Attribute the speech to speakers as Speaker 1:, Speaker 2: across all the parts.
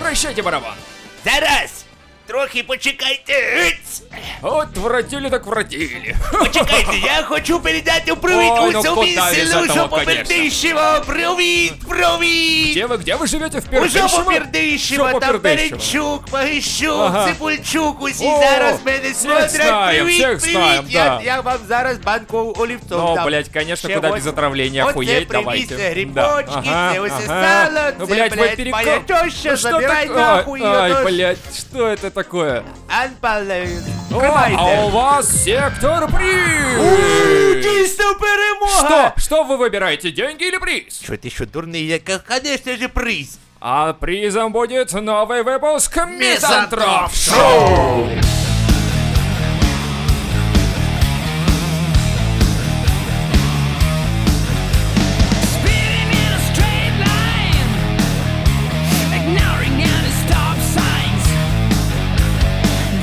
Speaker 1: Прощайте, барабан.
Speaker 2: Зараз! Трохи почекайте. Ць!
Speaker 1: От вродили так вродили.
Speaker 2: Почекайте, я хочу передати привіт
Speaker 1: Ой, ну
Speaker 2: усьому
Speaker 1: куда без этого,
Speaker 2: селушу Попердишево. Привіт, привіт!
Speaker 1: Где вы, где вы живете в
Speaker 2: Уже
Speaker 1: Пердышево? Що
Speaker 2: Попердишево, там
Speaker 1: Пердишево?
Speaker 2: Перенчук, Магищук,
Speaker 1: Ага.
Speaker 2: Цибульчук, усі
Speaker 1: О,
Speaker 2: зараз мене
Speaker 1: всіх
Speaker 2: смотрять.
Speaker 1: знаєм,
Speaker 2: привіт,
Speaker 1: всіх
Speaker 2: привіт,
Speaker 1: знаєм,
Speaker 2: я,
Speaker 1: да.
Speaker 2: я вам зараз банку олівцом
Speaker 1: Ну,
Speaker 2: дам.
Speaker 1: блядь, конечно,
Speaker 2: Ще
Speaker 1: куда
Speaker 2: ось-
Speaker 1: без отравления,
Speaker 2: Оце
Speaker 1: охуеть,
Speaker 2: привіз,
Speaker 1: давайте.
Speaker 2: Це грибочки,
Speaker 1: Да. Ага,
Speaker 2: це ось
Speaker 1: ага.
Speaker 2: сало,
Speaker 1: Ну,
Speaker 2: це,
Speaker 1: блядь, вы
Speaker 2: блядь, моя
Speaker 1: перекал-
Speaker 2: теща,
Speaker 1: Ну, что
Speaker 2: забирай
Speaker 1: такое?
Speaker 2: нахуй её
Speaker 1: Ай,
Speaker 2: тоже.
Speaker 1: блядь, что это такое?
Speaker 2: Анпале.
Speaker 1: О, а у вас сектор приз!
Speaker 2: Дійсно перемога!
Speaker 1: Что? Что вы выбираете, деньги или приз?
Speaker 2: Що ти що дурний? Яка, конечно же, приз.
Speaker 1: А призом будет новый выпуск Мизантроп
Speaker 2: Мизантроп
Speaker 1: Шоу!
Speaker 3: Spinning in a straight line, ignoring any stop signs.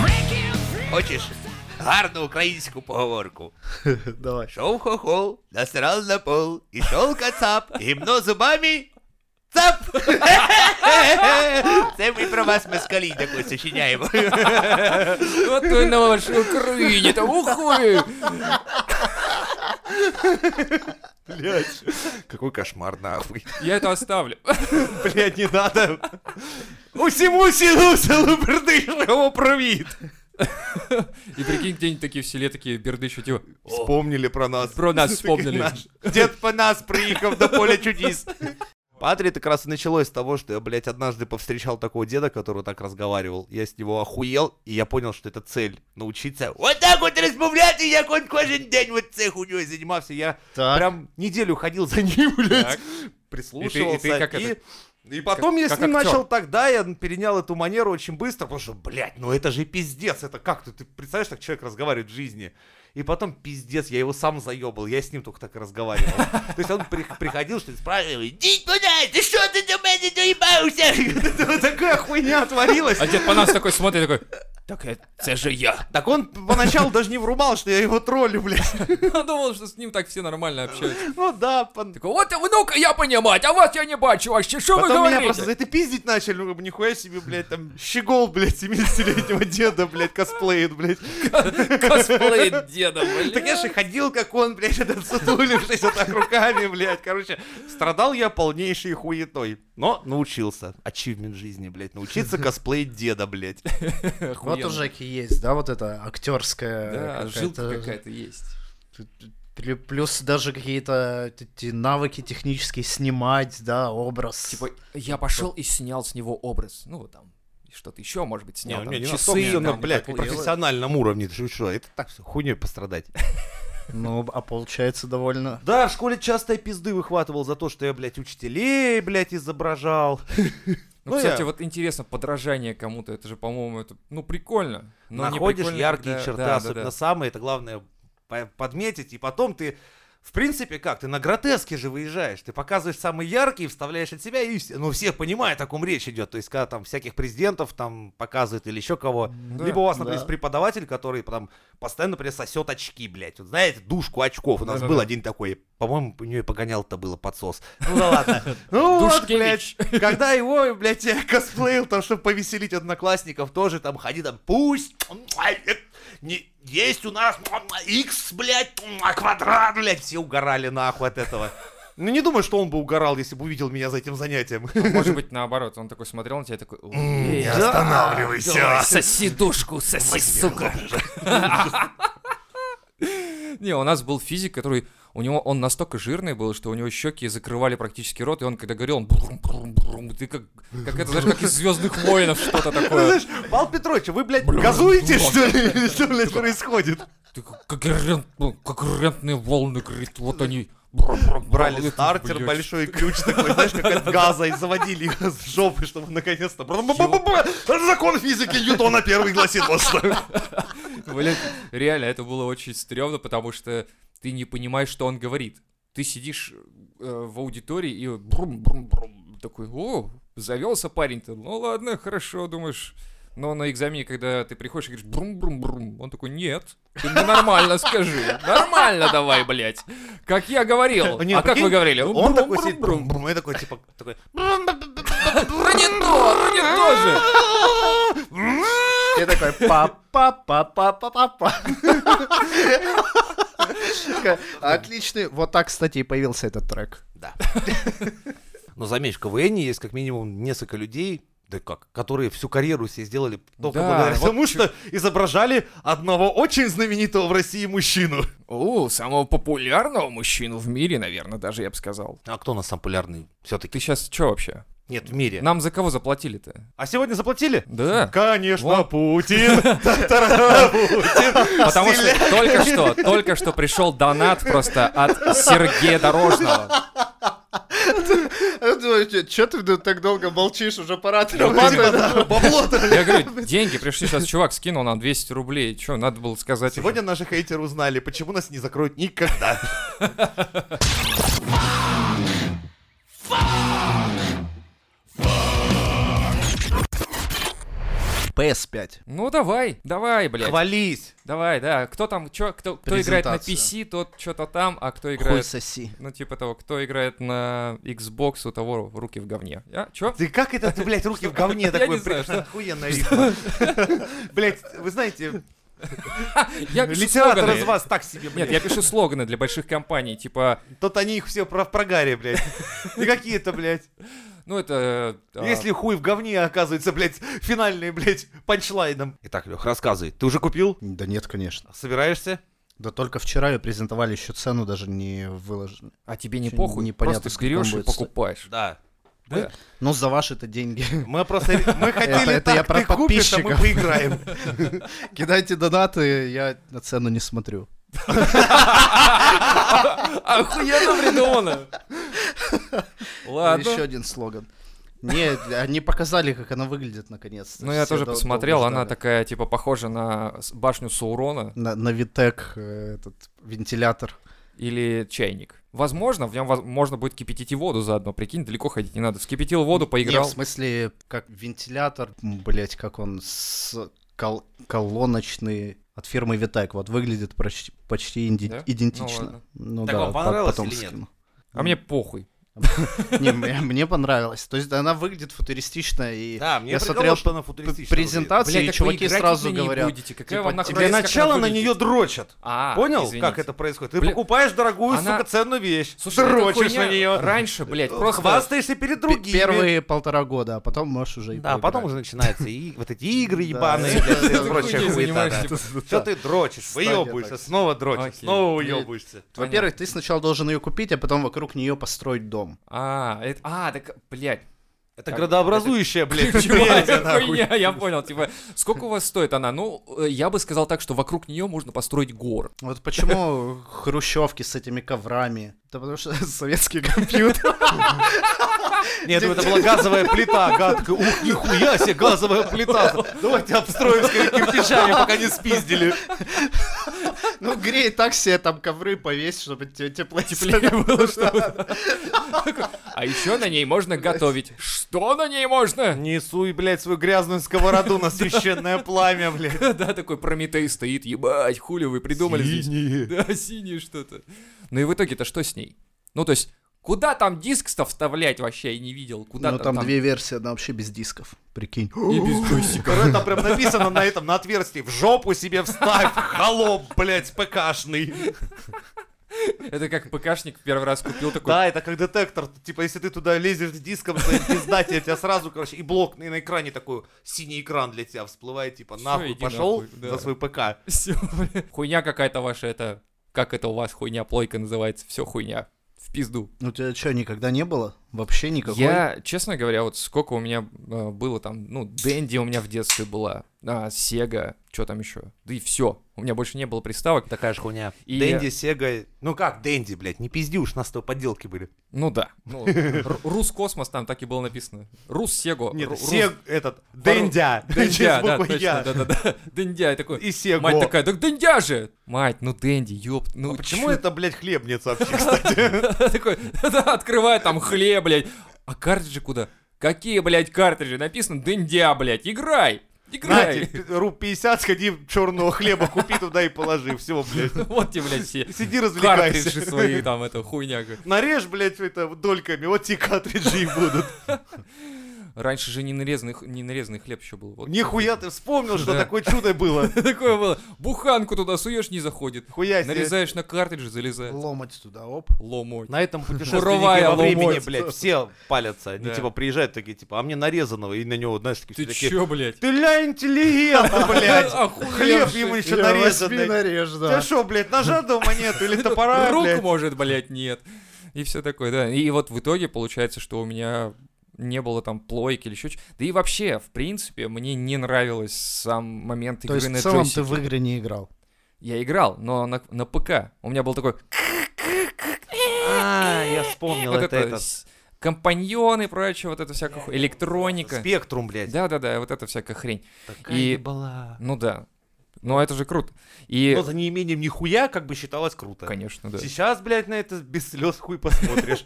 Speaker 3: Breaking free.
Speaker 2: Хочеш гарну українську поговорку?
Speaker 4: Давай.
Speaker 2: Шов хохол, насрал на пол, ішов кацап, гімно зубами, цап! Це ми про вас москалі таку сочиняємо.
Speaker 1: Вот ты наш Украине-то, ух вы!
Speaker 4: Блять. Какой кошмар, нахуй.
Speaker 1: Я это оставлю.
Speaker 4: Блять, не надо. ну, Усему селу селу Бердышеву привіт.
Speaker 1: И прикинь, где-нибудь такие в селе такие берды еще типа.
Speaker 4: Вспомнили про нас.
Speaker 1: Про нас вспомнили.
Speaker 4: Наш Дед по нас приехал до поля чудес. Патрит как раз и началось с того, что я, блядь, однажды повстречал такого деда, который так разговаривал. Я с него охуел, и я понял, что это цель. Научиться
Speaker 2: От так от розмовляти, як он кожен день от це хуйньою
Speaker 4: занимался. Я
Speaker 5: Так.
Speaker 4: прям неделю ходил за ним, блядь,
Speaker 1: Так.
Speaker 4: прислушивался.
Speaker 1: И ты- и ты как
Speaker 4: и-
Speaker 1: это-
Speaker 4: и потом я
Speaker 1: как
Speaker 4: с ним
Speaker 1: актер.
Speaker 4: начал тогда, я перенял эту манеру очень быстро, потому что, блядь, ну это же пиздец, это как ты, ты представляешь, так человек разговаривает в жизни. И потом, пиздец, я его сам заебал, я с ним только так и разговаривал. То есть он при- приходил, что-то спрашивал,
Speaker 2: Іди туди, ти що ти до мене доїбався?
Speaker 4: Вот такая хуйня творилась.
Speaker 1: А дед по нас такой смотрит такой. Так э, это же я.
Speaker 4: Так он поначалу даже не врубал, что я его троллю, блядь.
Speaker 1: Он думал, что с ним так все нормально общаются.
Speaker 4: Ну да, пон-
Speaker 1: Такой, вот, ну-ка, я понимать, а вас я не бачу вообще, что вы
Speaker 4: Потом меня просто за
Speaker 1: говорите?
Speaker 4: это пиздить начали, ну, нихуя себе, блядь, там, щегол, блядь, 70-летнего деда, блядь, косплеит, блядь.
Speaker 1: Косплей деда,
Speaker 4: Так я же
Speaker 1: блин.
Speaker 4: ходил, как он, блядь, этот сутулившись вот так руками, блядь. Короче, страдал я полнейшей хуетой. Но научился. Ачивмент жизни, блядь. Научиться косплеить деда, блядь.
Speaker 5: Вот у
Speaker 1: Охуенно.
Speaker 5: Жеки есть, да, вот это актерская
Speaker 1: Да,
Speaker 5: какая-то-
Speaker 1: жилка какая-то есть.
Speaker 5: Плю- Плюс даже какие-то т- те навыки технические снимать, да, образ.
Speaker 1: Типа, я пошел и снял с него образ. Ну, там, что-то еще, может быть, снял.
Speaker 4: Не,
Speaker 1: там,
Speaker 4: Ну, не, не
Speaker 1: часы,
Speaker 4: настолько я на,
Speaker 1: там,
Speaker 4: блядь,
Speaker 1: такое.
Speaker 4: профессиональном уровне. Ты что, это так все, хуйней пострадать.
Speaker 5: Ну, а получается довольно...
Speaker 4: Да, в школе часто я пизды выхватывал за то, что я, блядь, учителей, блядь, изображал.
Speaker 1: Ну,
Speaker 4: Ну,
Speaker 1: кстати,
Speaker 4: я-
Speaker 1: вот интересно, подражание кому-то, это же, по-моему, это, ну, прикольно. но не
Speaker 4: Находишь
Speaker 1: прикольно,
Speaker 4: яркие
Speaker 1: когда-
Speaker 4: черты,
Speaker 1: да, да,
Speaker 4: особенно
Speaker 1: да.
Speaker 4: самые, это главное по- подметить, и потом ты, в принципе, как, ты на гротеске же выезжаешь, ты показываешь самые яркие, вставляешь от себя, и все, ну, все понимают, о ком речь идет, то есть, когда там всяких президентов там показывают или еще кого,
Speaker 1: Да,
Speaker 4: либо у вас, например,
Speaker 5: да.
Speaker 4: есть преподаватель, который там постоянно, например, сосет очки, блядь, вот знаете, душку очков, у нас
Speaker 1: Да-да-да.
Speaker 4: был один такой, по-моему, у нее погонял-то было подсос, ну да ладно, ну вот, блядь,
Speaker 1: Душкевич.
Speaker 4: когда его, блядь, я косплеил, там, чтобы повеселить одноклассников, тоже там ходи там, пусть не- есть у нас x, блядь, квадрат, блядь, все угорали нахуй от этого. Ну не думаю, что он бы угорал, если бы увидел меня за этим занятием.
Speaker 1: А Может быть, наоборот, он такой смотрел на тебя и такой... «Эй,
Speaker 4: останавливайся.
Speaker 1: давай, Соси душку, соси, сука. Не, у нас был физик, который... У него он настолько жирный был, что у него щеки закрывали практически рот, и он когда говорил, он брум, брум, брум, ты как, как это, знаешь, как из Звездных воинов что-то такое.
Speaker 4: Знаешь, Павел Петрович, вы, блядь, газуете, что ли? Или Что, ну, блядь, происходит?
Speaker 1: Ты как, когерент- ну, когерентные волны, говорит, вот они. бру- бру- бру,
Speaker 4: Брали
Speaker 1: это,
Speaker 4: стартер,
Speaker 1: блядь.
Speaker 4: большой ключ такой, знаешь, как от газа, и заводили их с жопы, чтобы наконец-то... Закон физики Ньютона первый гласит вот что.
Speaker 1: Блин, реально, это было очень стрёмно, потому что ты не понимаешь, что он говорит. Ты сидишь э, в аудитории и брум-брум-брум, такой, о, завелся парень-то, ну ладно, хорошо, думаешь, Но на экзамене, когда ты приходишь и говоришь брум-брум-брум, он такой, нет, ты мне нормально скажи, нормально давай, блядь, как я говорил,
Speaker 4: Не,
Speaker 1: а как
Speaker 4: прикинь,
Speaker 1: вы говорили?
Speaker 4: Он такой
Speaker 1: Брум-брум-брум.
Speaker 4: сидит, брум-брум, и такой, типа, такой...
Speaker 1: Да не то, да не то же.
Speaker 5: Ты такой па па па па па па па Отличный. Вот так, кстати, и появился этот трек.
Speaker 4: Да. Но заметь, в КВН есть как минимум несколько людей, да как, которые всю карьеру себе сделали только
Speaker 1: Да,
Speaker 4: благодаря
Speaker 1: вот
Speaker 4: тому, что изображали одного очень знаменитого в России мужчину.
Speaker 1: У, самого популярного мужчину в мире, наверное, даже я бы сказал.
Speaker 4: А кто у нас самый популярный все-таки?
Speaker 1: Ты сейчас что вообще?
Speaker 4: Нет, в мире.
Speaker 1: Нам за кого заплатили-то?
Speaker 4: А сегодня заплатили?
Speaker 1: Да.
Speaker 4: Конечно,
Speaker 1: Вот.
Speaker 4: Путин.
Speaker 1: Потому что только что, только что пришел донат просто от Сергея Дорожного.
Speaker 5: Че ты так долго молчишь? Уже пора
Speaker 4: Бабло-то.
Speaker 1: Я говорю, деньги пришли, сейчас чувак скинул нам 200 рублей. Че, надо было сказать. уже.
Speaker 4: Сегодня наши хейтеры узнали, почему нас не закроют никогда.
Speaker 5: PS5.
Speaker 1: Ну давай, давай, блядь.
Speaker 4: Хвались.
Speaker 1: Давай, да. Кто там, чё, кто, кто играет на
Speaker 5: Презентация.
Speaker 1: PC, тот что-то там, а кто
Speaker 5: Хуй
Speaker 1: играет...
Speaker 5: соси.
Speaker 1: Ну, типа того, кто играет на Xbox, у того руки в говне. А, чё?
Speaker 4: Ты как это, ты, блядь, руки в говне
Speaker 1: Я
Speaker 4: такой,
Speaker 1: не знаю,
Speaker 4: блядь,
Speaker 1: что-
Speaker 4: охуенная рифма. Блядь, вы знаете,
Speaker 1: Я пишу
Speaker 4: литератор
Speaker 1: слоганы.
Speaker 4: из вас так себе,
Speaker 1: Нет,
Speaker 4: блядь.
Speaker 1: я пишу слоганы для больших компаний, типа,
Speaker 4: Тут они их все про- в прогаре, блядь. И какие-то, блядь.
Speaker 1: ну это... а,
Speaker 4: Если хуй в говне оказывается, блядь, финальный, блядь, панчлайном. Итак, Лех, рассказывай. Ты уже купил?
Speaker 5: Да нет, конечно.
Speaker 4: Собираешься?
Speaker 5: Да только вчера ее презентовали, еще цену даже не выложили.
Speaker 1: А тебе не
Speaker 5: Чё,
Speaker 1: похуй,
Speaker 5: непонятно,
Speaker 1: просто
Speaker 5: сколько он
Speaker 1: берешь и
Speaker 5: будет стоить.
Speaker 1: покупаешь.
Speaker 4: Да.
Speaker 1: Да.
Speaker 5: Ну, за ваши-то деньги.
Speaker 4: Мы просто, мы хотели
Speaker 5: это
Speaker 4: так,
Speaker 5: я про
Speaker 4: ты купишь, а мы
Speaker 5: подписчиков.
Speaker 4: поиграем.
Speaker 5: Кидайте донаты, я на цену не смотрю.
Speaker 1: Охуенно придумано.
Speaker 5: Еще
Speaker 1: Ладно.
Speaker 5: Ну, один слоган. Нет, они показали, как она выглядит наконец-то.
Speaker 1: Ну, я
Speaker 5: Все
Speaker 1: тоже
Speaker 5: дол-
Speaker 1: посмотрел,
Speaker 5: долго
Speaker 1: она
Speaker 5: ждали.
Speaker 1: такая, типа, похожа на с- башню Саурона
Speaker 5: На, на Витек э, этот вентилятор.
Speaker 1: или чайник. Возможно, в нем можно будет кипятить и воду заодно, прикинь, далеко ходить не надо. Вскипятил воду,
Speaker 5: Не,
Speaker 1: поиграл.
Speaker 5: в смысле, как вентилятор, блять, как он с кол- колоночный от фирмы Витек. Вот выглядит проч- почти инди-
Speaker 1: Да? Ну
Speaker 5: идентично.
Speaker 1: ладно.
Speaker 5: Ну,
Speaker 4: Так
Speaker 5: да,
Speaker 4: вам
Speaker 5: по-
Speaker 4: понравилось
Speaker 5: потом
Speaker 4: или нет?
Speaker 5: скину.
Speaker 1: А мне похуй.
Speaker 5: Не, мне, мне понравилось. То есть она выглядит футуристично и
Speaker 4: Да, мне
Speaker 5: я
Speaker 4: прикололо,
Speaker 5: смотрел
Speaker 4: что она футуристичная. выглядит.
Speaker 5: презентации,
Speaker 1: Бля,
Speaker 5: и
Speaker 1: так вы
Speaker 5: чуваки
Speaker 1: играть в
Speaker 5: сразу
Speaker 1: нее не
Speaker 5: говорят.
Speaker 1: будете, какая
Speaker 5: типа,
Speaker 1: вам нахуй
Speaker 4: Для
Speaker 1: разница, как она
Speaker 4: начала на
Speaker 1: выглядит?
Speaker 4: нее дрочат.
Speaker 1: А,
Speaker 4: Понял,
Speaker 1: извините.
Speaker 4: как это происходит? Ты
Speaker 1: Бля-
Speaker 4: покупаешь дорогую,
Speaker 1: Она-
Speaker 4: сука, ценную вещь.
Speaker 1: Слушай, эта
Speaker 4: дрочишь
Speaker 1: хуйня
Speaker 4: на Э, нее.
Speaker 1: Раньше, блядь,
Speaker 4: Просто...
Speaker 1: просто...
Speaker 4: Хвастаешься перед
Speaker 5: П-
Speaker 4: другими.
Speaker 5: Первые полтора года, а потом можешь уже и
Speaker 4: Да, потом
Speaker 5: поиграть.
Speaker 4: уже начинаются и вот эти игры
Speaker 5: Да.
Speaker 4: ебаные,
Speaker 5: Ты
Speaker 4: блядь, и
Speaker 5: хуйней
Speaker 4: прочая хуета.
Speaker 1: занимаешься,
Speaker 4: да.
Speaker 1: типа.
Speaker 4: Что ты дрочишь,
Speaker 5: Стадия
Speaker 4: выебываешься,
Speaker 5: так.
Speaker 4: снова дрочишь,
Speaker 1: Окей.
Speaker 4: снова уебываешься.
Speaker 5: Во-первых, ты сначала должен ее купить, а потом вокруг нее построить дом.
Speaker 1: А, это... А, так, блядь.
Speaker 4: Это
Speaker 1: Так,
Speaker 4: градообразующая, блядь,
Speaker 1: Чувак,
Speaker 4: мерзь, нахуй.
Speaker 1: хуйня, я понял, типа, сколько у вас стоит она? Ну, э, я бы сказал так, что вокруг нее можно построить город.
Speaker 5: Вот почему хрущевки с этими коврами? Да потому что советский компьютер.
Speaker 4: Нет, ну это была газовая плита, гадка. Ух, нихуя себе, газовая плита. Давайте обстроим скорее кирпичами, пока не спиздили.
Speaker 5: Ну, грей так себе там ковры повесь, чтобы тебе тепло
Speaker 1: Теплее было, чтобы... А еще на ней можно готовить. Что на ней можно?
Speaker 4: Не суй, блядь, свою грязную сковороду на священное пламя, блядь.
Speaker 1: Да, такой Прометей стоит, ебать, хули вы придумали здесь. Да, синее что-то. Ну и в итоге-то что с ней? Ну, то есть, куда там диск-то вставлять вообще, я не видел. Куда
Speaker 5: Ну, там две версии, она вообще без дисков, прикинь.
Speaker 1: И без джойстика.
Speaker 4: Короче, там прям написано на этом, на отверстии. В жопу себе вставь, холоп, блядь, ПКшный.
Speaker 1: Это как ПКшник первый раз купил такой
Speaker 4: Да, это как детектор. Типа, если ты туда лезешь диском, то пизда тебе, тебя сразу, короче, и блок, и на экране такой синий экран для тебя всплывает, типа,
Speaker 1: Всё,
Speaker 4: нахуй,
Speaker 1: иди
Speaker 4: пошел
Speaker 1: нахуй, да.
Speaker 4: за свой ПК.
Speaker 1: Всё, бля. Хуйня какая-то ваша, это... Как это у вас хуйня, плойка называется? Все хуйня. В пизду.
Speaker 5: У тебя что, никогда не было? Вообще никакой?
Speaker 1: Я, честно говоря, вот сколько у меня э, было там, ну, Дэнди у меня в детстве была, а, Сега, что там еще, да и все. У меня больше не было приставок.
Speaker 4: Такая же хуйня.
Speaker 1: И-
Speaker 4: Дэнди, Сега... Ну как Дэнди, блядь, не пизди уж, на 100 подделки были.
Speaker 1: Ну да. Ну, Р- Рускосмос там так и было написано. Рус Сего.
Speaker 4: Нет,
Speaker 1: Ру-
Speaker 4: Сег...
Speaker 1: Рус-
Speaker 4: этот...
Speaker 1: Пару-
Speaker 4: Дендя.
Speaker 1: Дендя,
Speaker 4: Через
Speaker 1: да,
Speaker 4: букву
Speaker 1: точно,
Speaker 4: Я.
Speaker 1: да-да-да. Дендя, и такой...
Speaker 4: И Сега.
Speaker 1: Мать такая, так Дендя же! Мать, ну Дэнди, ёб, ну
Speaker 4: А Почему
Speaker 1: чё
Speaker 4: это, блядь, хлебница вообще, кстати?
Speaker 1: Такой, да, открывает там хлеб, блядь. А картриджи куда? Какие, блядь, картриджи? Написано дындя, блядь, играй.
Speaker 4: Нате,
Speaker 1: Играй.
Speaker 4: пи- руб 50, сходи черного хлеба купи туда и положи. Все, блядь.
Speaker 1: Вот тебе, блядь, все
Speaker 4: Сиди,
Speaker 1: картриджи
Speaker 4: развлекайся.
Speaker 1: свои, там, это, хуйня. какая.
Speaker 4: Нарежь, блядь, это дольками, вот те картриджи и будут.
Speaker 1: Раньше же не нарезанный, х- не нарезанный хлеб еще был. Вот.
Speaker 4: Нихуя ты вспомнил, что
Speaker 1: Да.
Speaker 4: такое чудо было.
Speaker 1: Такое было. Буханку туда суешь, не заходит.
Speaker 4: Хуя себе.
Speaker 1: Нарезаешь на картридж, залезает.
Speaker 5: Ломать туда, оп.
Speaker 1: Ломой.
Speaker 4: На этом путешественники
Speaker 1: Шуровая
Speaker 4: во времени,
Speaker 1: ломоть.
Speaker 4: блядь, все палятся. Они
Speaker 1: Да.
Speaker 4: типа приезжают такие, типа, а мне нарезанного, и на него, знаешь, такие
Speaker 1: Ты
Speaker 4: все такие,
Speaker 1: чё, блядь?
Speaker 4: Ты ля интеллигента, блядь.
Speaker 1: Охуевший.
Speaker 4: Хлеб ему еще нарезанный.
Speaker 5: нарежь,
Speaker 4: Ты что, блядь, ножа дома нет или топора,
Speaker 1: Рук,
Speaker 4: блядь?
Speaker 1: может, блядь, нет. И все такое, да. И вот в итоге получается, что у меня не было там плойки или еще чего. Да и вообще, в принципе, мне не нравилось сам момент
Speaker 5: То
Speaker 1: игры
Speaker 5: есть
Speaker 1: на
Speaker 5: в целом
Speaker 1: джойстике.
Speaker 5: ты в игры не играл.
Speaker 1: Я играл, но на, на ПК. У меня был такой...
Speaker 4: А, я вспомнил,
Speaker 1: вот
Speaker 4: это
Speaker 1: это,
Speaker 4: это.
Speaker 1: с- компаньон и прочее, вот это всякая ху- электроника.
Speaker 4: Спектрум, блядь.
Speaker 1: Да-да-да, вот эта всякая хрень.
Speaker 4: Такая
Speaker 1: И-
Speaker 4: ебала.
Speaker 1: Ну да. Ну это же круто. И...
Speaker 4: Но за неимением нихуя как бы считалось круто.
Speaker 1: Конечно, да.
Speaker 4: Сейчас, блядь, на это без слез хуй посмотришь.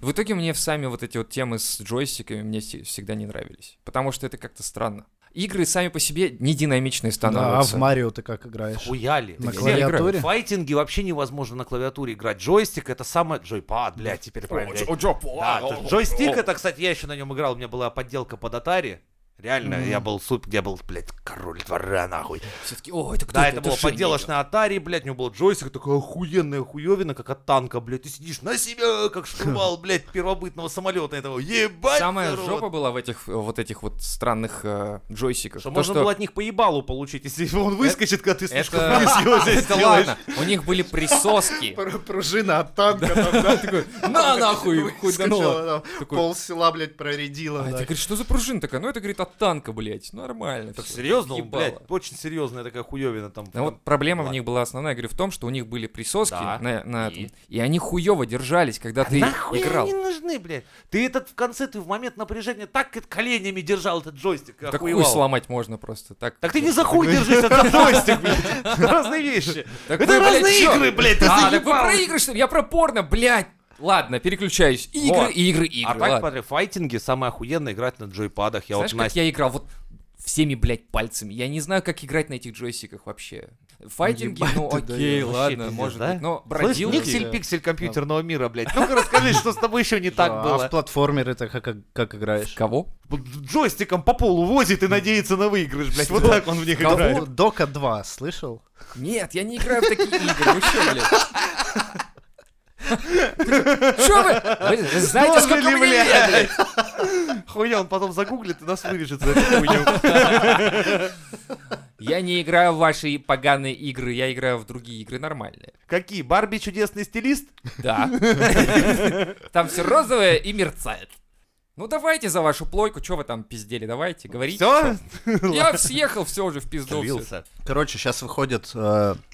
Speaker 1: В итоге мне в сами вот эти вот темы с джойстиками мне се- всегда не нравились, потому что это как-то странно. Игры сами по себе не динамичные
Speaker 5: Да, а
Speaker 1: становятся.
Speaker 5: в Марио ты как играешь?
Speaker 4: Хуяли.
Speaker 5: На
Speaker 1: я
Speaker 5: клавиатуре?
Speaker 4: Файтинги вообще невозможно на клавиатуре играть. Джойстик это самое... Джойпад, блядь, теперь правильно. Да, это- Джойстик это, кстати, я еще на нем играл, у меня была подделка под Atari. Реально, я был суп, я был, блядь, король двора, нахуй.
Speaker 1: Все-таки, о, это кто?
Speaker 4: Да, это было
Speaker 1: Женя».
Speaker 4: подделочь на Atari, блядь, у него был джойстик, такая охуенная хуевина, как от танка, блядь, ты сидишь на себя, как штурвал, блядь, первобытного самолета этого, ебать,
Speaker 1: Самая
Speaker 4: здорово.
Speaker 1: жопа была в этих э, вот этих вот странных э, джойстиках.
Speaker 4: Что
Speaker 1: То, Э,
Speaker 4: можно было от них по ебалу получить, если он выскочит, когда ты слишком
Speaker 1: это-
Speaker 4: близко его здесь
Speaker 1: Это
Speaker 4: делаешь.
Speaker 1: ладно, у них были присоски.
Speaker 5: Пружина от танка там, да, такой,
Speaker 1: На нахуй, хуйдануло.
Speaker 5: выскочила, там,
Speaker 1: Такой-
Speaker 5: пол села, блядь, проредила.
Speaker 1: А это,
Speaker 5: да.
Speaker 1: говорит, что за пружина такая? Ну, это, говорит, от танка, блядь. Нормально.
Speaker 4: Так
Speaker 1: такое.
Speaker 4: серьезно, он,
Speaker 1: Ебало.
Speaker 4: блядь, очень серьезная такая хуевина там.
Speaker 1: Ну
Speaker 4: там.
Speaker 1: вот проблема в
Speaker 4: ладно.
Speaker 1: них была основная, я говорю, в том, что у них были присоски
Speaker 4: Да,
Speaker 1: на, на
Speaker 4: и? А
Speaker 1: этом, и они хуево держались, когда ты
Speaker 4: Нахуй
Speaker 1: играл.
Speaker 4: они нужны, блядь? Ты этот в конце, ты в момент напряжения так коленями держал этот джойстик,
Speaker 1: Так хуй
Speaker 4: охуевал.
Speaker 1: сломать можно просто. Так,
Speaker 4: Так ты не за хуй держись, это джойстик, блядь. Разные вещи.
Speaker 1: Так
Speaker 4: это
Speaker 1: вы, блядь,
Speaker 4: разные
Speaker 1: чё?
Speaker 4: игры, блядь, ты
Speaker 1: А, так вы
Speaker 4: заебал.
Speaker 1: про игры, что ли? Я про порно, блядь. Ладно, переключаюсь. Игры,
Speaker 4: Вот.
Speaker 1: игры, игры.
Speaker 4: А так,
Speaker 1: ладно.
Speaker 4: смотри, файтинги самое охуенно играть на джойпадах. Я
Speaker 1: Знаешь,
Speaker 4: вот
Speaker 1: как
Speaker 4: Настя.
Speaker 1: я играл? Вот всеми, блядь, пальцами. Я не знаю, как играть на этих джойстиках вообще. Файтинги,
Speaker 5: Ебать
Speaker 1: ну
Speaker 5: ты, да,
Speaker 1: окей,
Speaker 5: я
Speaker 1: ладно,
Speaker 4: пиздец,
Speaker 1: может
Speaker 4: да?
Speaker 1: быть. Но
Speaker 4: Слышь,
Speaker 1: бродилки...
Speaker 4: пиксель компьютерного мира, блядь. Ну-ка расскажи, что с тобой еще не так
Speaker 5: А в
Speaker 4: было.
Speaker 5: платформеры ты как, как играешь?
Speaker 1: Кого?
Speaker 4: Джойстиком по полу возит и надеется на выигрыш, блядь. Вот так он в них
Speaker 1: Кого?
Speaker 4: играет.
Speaker 5: Ну, Дока 2, слышал?
Speaker 1: Нет, я не играю в такие игры, вы что, блядь? Чё вы? Вы знаете,
Speaker 4: Можно
Speaker 1: сколько
Speaker 4: ли,
Speaker 1: мне лет,
Speaker 4: блядь?
Speaker 1: блядь?
Speaker 4: Хуя, он потом загуглит и нас вырежет за эту хуйню.
Speaker 1: Я не играю в ваши поганые игры, я играю в другие игры нормальные.
Speaker 4: Какие? Барби чудесный стилист?
Speaker 1: Да. Там все розовое и мерцает. Ну давайте за вашу плойку, что вы там пиздели,
Speaker 4: Ну,
Speaker 1: давайте, говорите.
Speaker 4: Все?
Speaker 1: чё. Я съехал, все уже в пизду. всё.
Speaker 5: Короче, сейчас выходит э,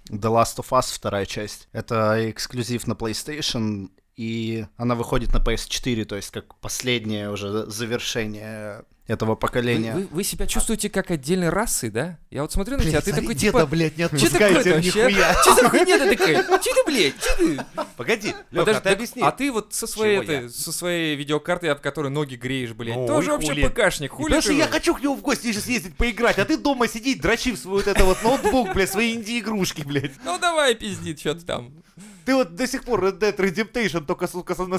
Speaker 5: The Last of Us, вторая часть. Это эксклюзив на PlayStation, и она выходит на PS4, то есть как последнее уже завершение этого
Speaker 1: Вы,
Speaker 5: поколения.
Speaker 1: вы- вы себя чувствуете как отдельной расы, да? Я вот смотрю на тебя, ты такой
Speaker 4: деда,
Speaker 1: типа...
Speaker 4: блядь, не
Speaker 1: Че такое-то
Speaker 4: отпускайте
Speaker 1: вообще?
Speaker 4: нихуя.
Speaker 1: Че за хуйня ты такая? Че ты, блядь? Че ты?
Speaker 4: Погоди,
Speaker 1: Подожди,
Speaker 4: Лёха, ты
Speaker 1: так-
Speaker 4: объясни.
Speaker 1: А ты вот со своей,
Speaker 4: Чего
Speaker 1: этой-
Speaker 4: я?
Speaker 1: со своей видеокартой, об которой ноги греешь, блядь,
Speaker 4: Ну,
Speaker 1: тоже
Speaker 4: и
Speaker 1: вообще
Speaker 4: хули.
Speaker 1: ПКшник, хули
Speaker 4: Потому
Speaker 1: ты
Speaker 4: что я
Speaker 1: уже?
Speaker 4: хочу к нему в гости сейчас съездить поиграть, а ты дома сиди, дрочи в свой вот это вот ноутбук, блядь, свои инди-игрушки, блядь.
Speaker 1: Ну давай, пизди, что ты там.
Speaker 4: Ты вот до сих пор Red Dead Redemption только, сука, на